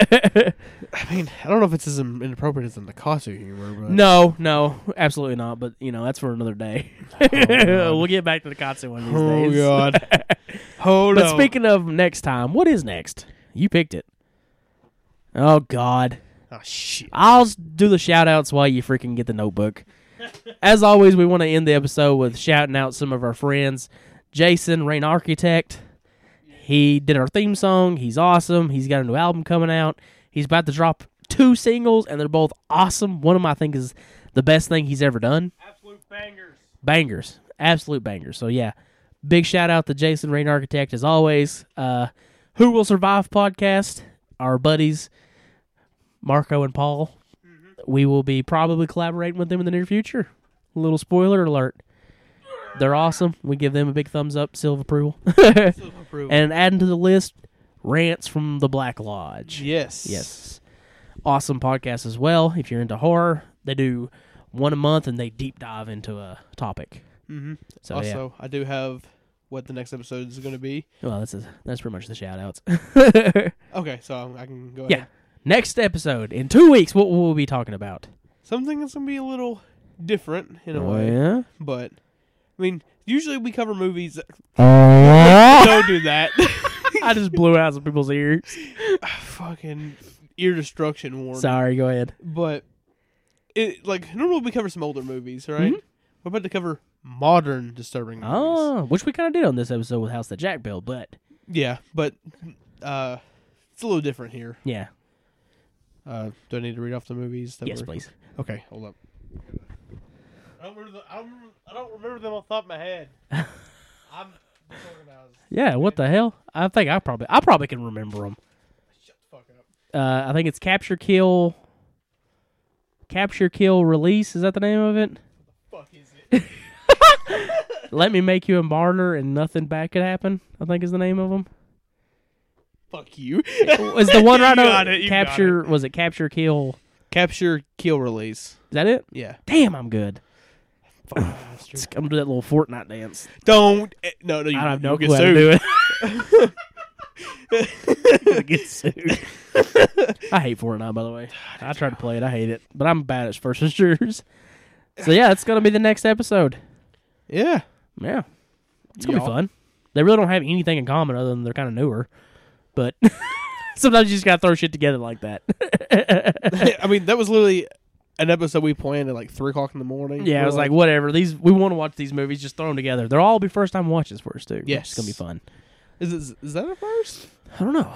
I mean, I don't know if it's as in- inappropriate as the Nakatsu humor, but
no, no, absolutely not. But you know that's for another day.
Oh, God.
we'll get back to the Katsu one of these
oh
days.
god, hold
But
on.
speaking of next time, what is next? You picked it. Oh God.
oh shit,
I'll s- do the shout outs while you freaking get the notebook. As always, we want to end the episode with shouting out some of our friends. Jason, Rain Architect. He did our theme song. He's awesome. He's got a new album coming out. He's about to drop two singles, and they're both awesome. One of them, I think, is the best thing he's ever done. Absolute bangers. Bangers. Absolute bangers. So, yeah. Big shout out to Jason, Rain Architect, as always. Uh, Who Will Survive podcast, our buddies. Marco and Paul. We will be probably collaborating with them in the near future. Little spoiler alert. They're awesome. We give them a big thumbs up, seal of approval.
and
and adding to the list, rants from the Black Lodge.
yes,
Yes. Awesome podcast as well. If you're into horror, they do one a month and they deep dive into a topic.
hmm
So yeah.
also, I do have what the next episode is going to be.
Well, that's that's pretty much the shout outs.
Okay, so I can go.
yeah.
ahead.
Next episode in 2 weeks what will we be talking about?
something that's going to be a little different in a
Oh,
way,
yeah.
but I mean, usually we cover movies.
I
Don't do that.
just blew out some people's ears.
Fucking ear destruction warning.
Sorry, go ahead.
but it like normally we cover some older movies, right? We're about to cover modern disturbing movies.
Mm-hmm. Oh, which we kind of did on this episode with House That Jack Bill, but
Yeah, but uh, it's a little different here.
yeah.
Uh, do I need to read off the movies? That
Yes,
were-
please.
Okay, hold up. I don't remember, the, I, don't, remember- I don't remember them off the top of my head. I'm disorganized.
Yeah, what the hell? I think I probably I probably can remember them.
Shut the fuck up.
Uh, I think it's Capture Kill Capture Kill Release, is that the name of it?
Fuck is it?
Let me make you a martyr and nothing bad could happen, I think is the name of them.
fuck you.
Is the one
You
right
got
now
it, you got
Capture was it Capture Kill?
Capture, kill, release.
Is that it?
Yeah.
Damn, I'm good.
Fucking bastard.
Just come to that little Fortnite dance.
Don't. eh, No, no, you
I don't have no
you'll
clue
get
how to
sued.
do it. Gonna get sued. I hate Fortnite, by the way. I tried to play it. I hate it, but I'm bad at first and shooters. So yeah, it's gonna be the next episode.
Yeah.
Yeah, it's gonna
Y'all-
be fun. They really don't have anything in common other than they're kind of newer, but sometimes you just gotta throw shit together like that.
I mean, that was literally an episode we planned at like three o'clock in the morning.
yeah, I
We're
was like, whatever. These we want to watch these movies. Just throw them together. They'll all be first time watches for us too. which is
Yes.
gonna be fun.
is, this, is that a first?
I don't know.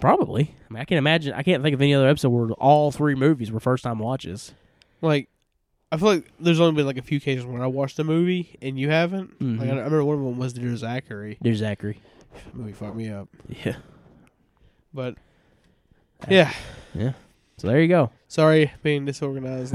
Probably. I mean, I can't imagine. I can't think of any other episode where all three movies were first time watches.
Like, I feel like there's only been like a few cases when I watched a movie and you haven't.
Mhm.
Like, I, I remember one of them was Dear Zachary.
Dear Zachary.
That movie fucked me up.
Yeah.
But yeah,
So there you go.
sorry being disorganized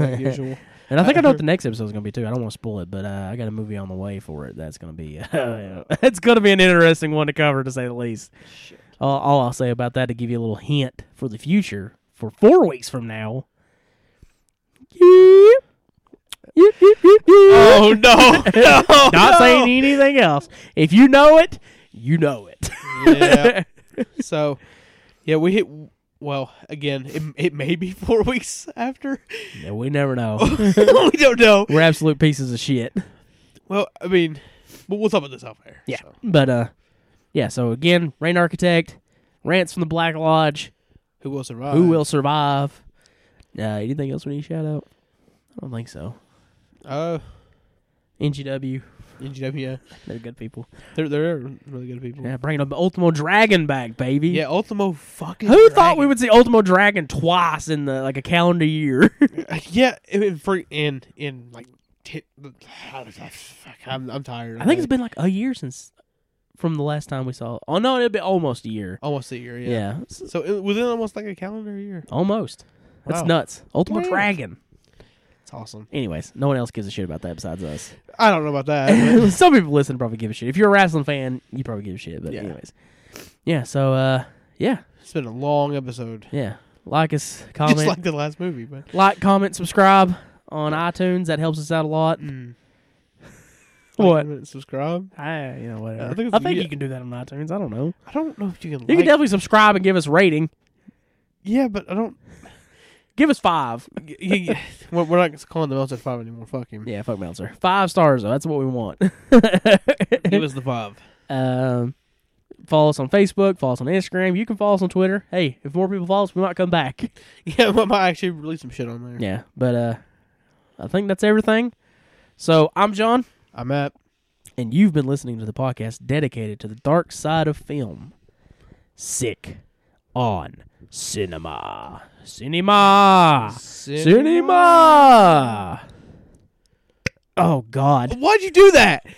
like usual.
And I think I know what the next episode is going to be too. I don't want to spoil it, but uh, I got a movie on the way for it. That's going to be uh, it's going to be an interesting one to cover to say the least.
Shit.
All, all I'll say about that to give you a little hint for the future for four weeks from now. Yeep. Yeep, yeep, yeep, yeep.
Oh no! no
Not
no.
saying anything else. If you know it, you know it.
Yeah. so, yeah, we hit. Well, again, it, it may be four weeks after.
Yeah, we never know.
we don't know.
We're absolute pieces of shit.
Well, I mean, but we'll talk about this off air.
Yeah.
so.
But uh yeah, so again, Rain Architect, Rants from the Black Lodge,
Who will survive?
Who Will Survive. Uh anything else we need to shout out? I don't think so.
Uh,
NGW,
NGW. Yeah,
they're good people.
they're they're really good people. Yeah,
Yeah, bringing up Ultimo Dragon back, baby.
Ultimo fucking.
Who thought we
Dragon.
would see Ultimo Dragon twice in the like a calendar year?
Yeah, in in for in in like. ti- fuck, I'm, I'm tired.
I think it's been like a year since from the last time we saw. Oh no, it'll be almost a year.
almost a year.
Yeah,
Yeah.
it's
So it, within almost like a calendar year.
almost. That's
Wow.
nuts. Ultimo
Wow.
Dragon.
It's awesome.
Anyways, no one else gives a shit about that besides us.
I don't know about that. but-
Some people listen probably give a shit. If you're a wrestling fan, you probably give a shit. But
Yeah.
anyways, yeah. So uh, yeah,
it's been a long episode.
yeah. Like us, comment,
Just
like,
like the last movie, but
comment, subscribe on iTunes. That helps us out a lot. Mm. What?
Like, subscribe?
I you know whatever.
I think
I
it's-
think
you-
you can do that on iTunes. I don't know.
I don't know if you can.
You
like,
can definitely subscribe and give us rating.
Yeah, but I don't.
Give us five.
y- y- we're we're not calling the Meltzer Five anymore. Fuck him.
Yeah, fuck Meltzer. Five stars though. That's what we want.
Give us the five.
Um, follow us on Facebook. Follow us on Instagram. You can follow us on Twitter. Hey, if more people follow us, we might come back.
Yeah, I might actually release some shit on there.
Yeah, but uh, I think that's everything. So I'm John,
I'm at.
and you've been listening to the podcast dedicated to the dark side of film. Sick on cinema, cinema, cinema. Oh God.
Why'd you do that?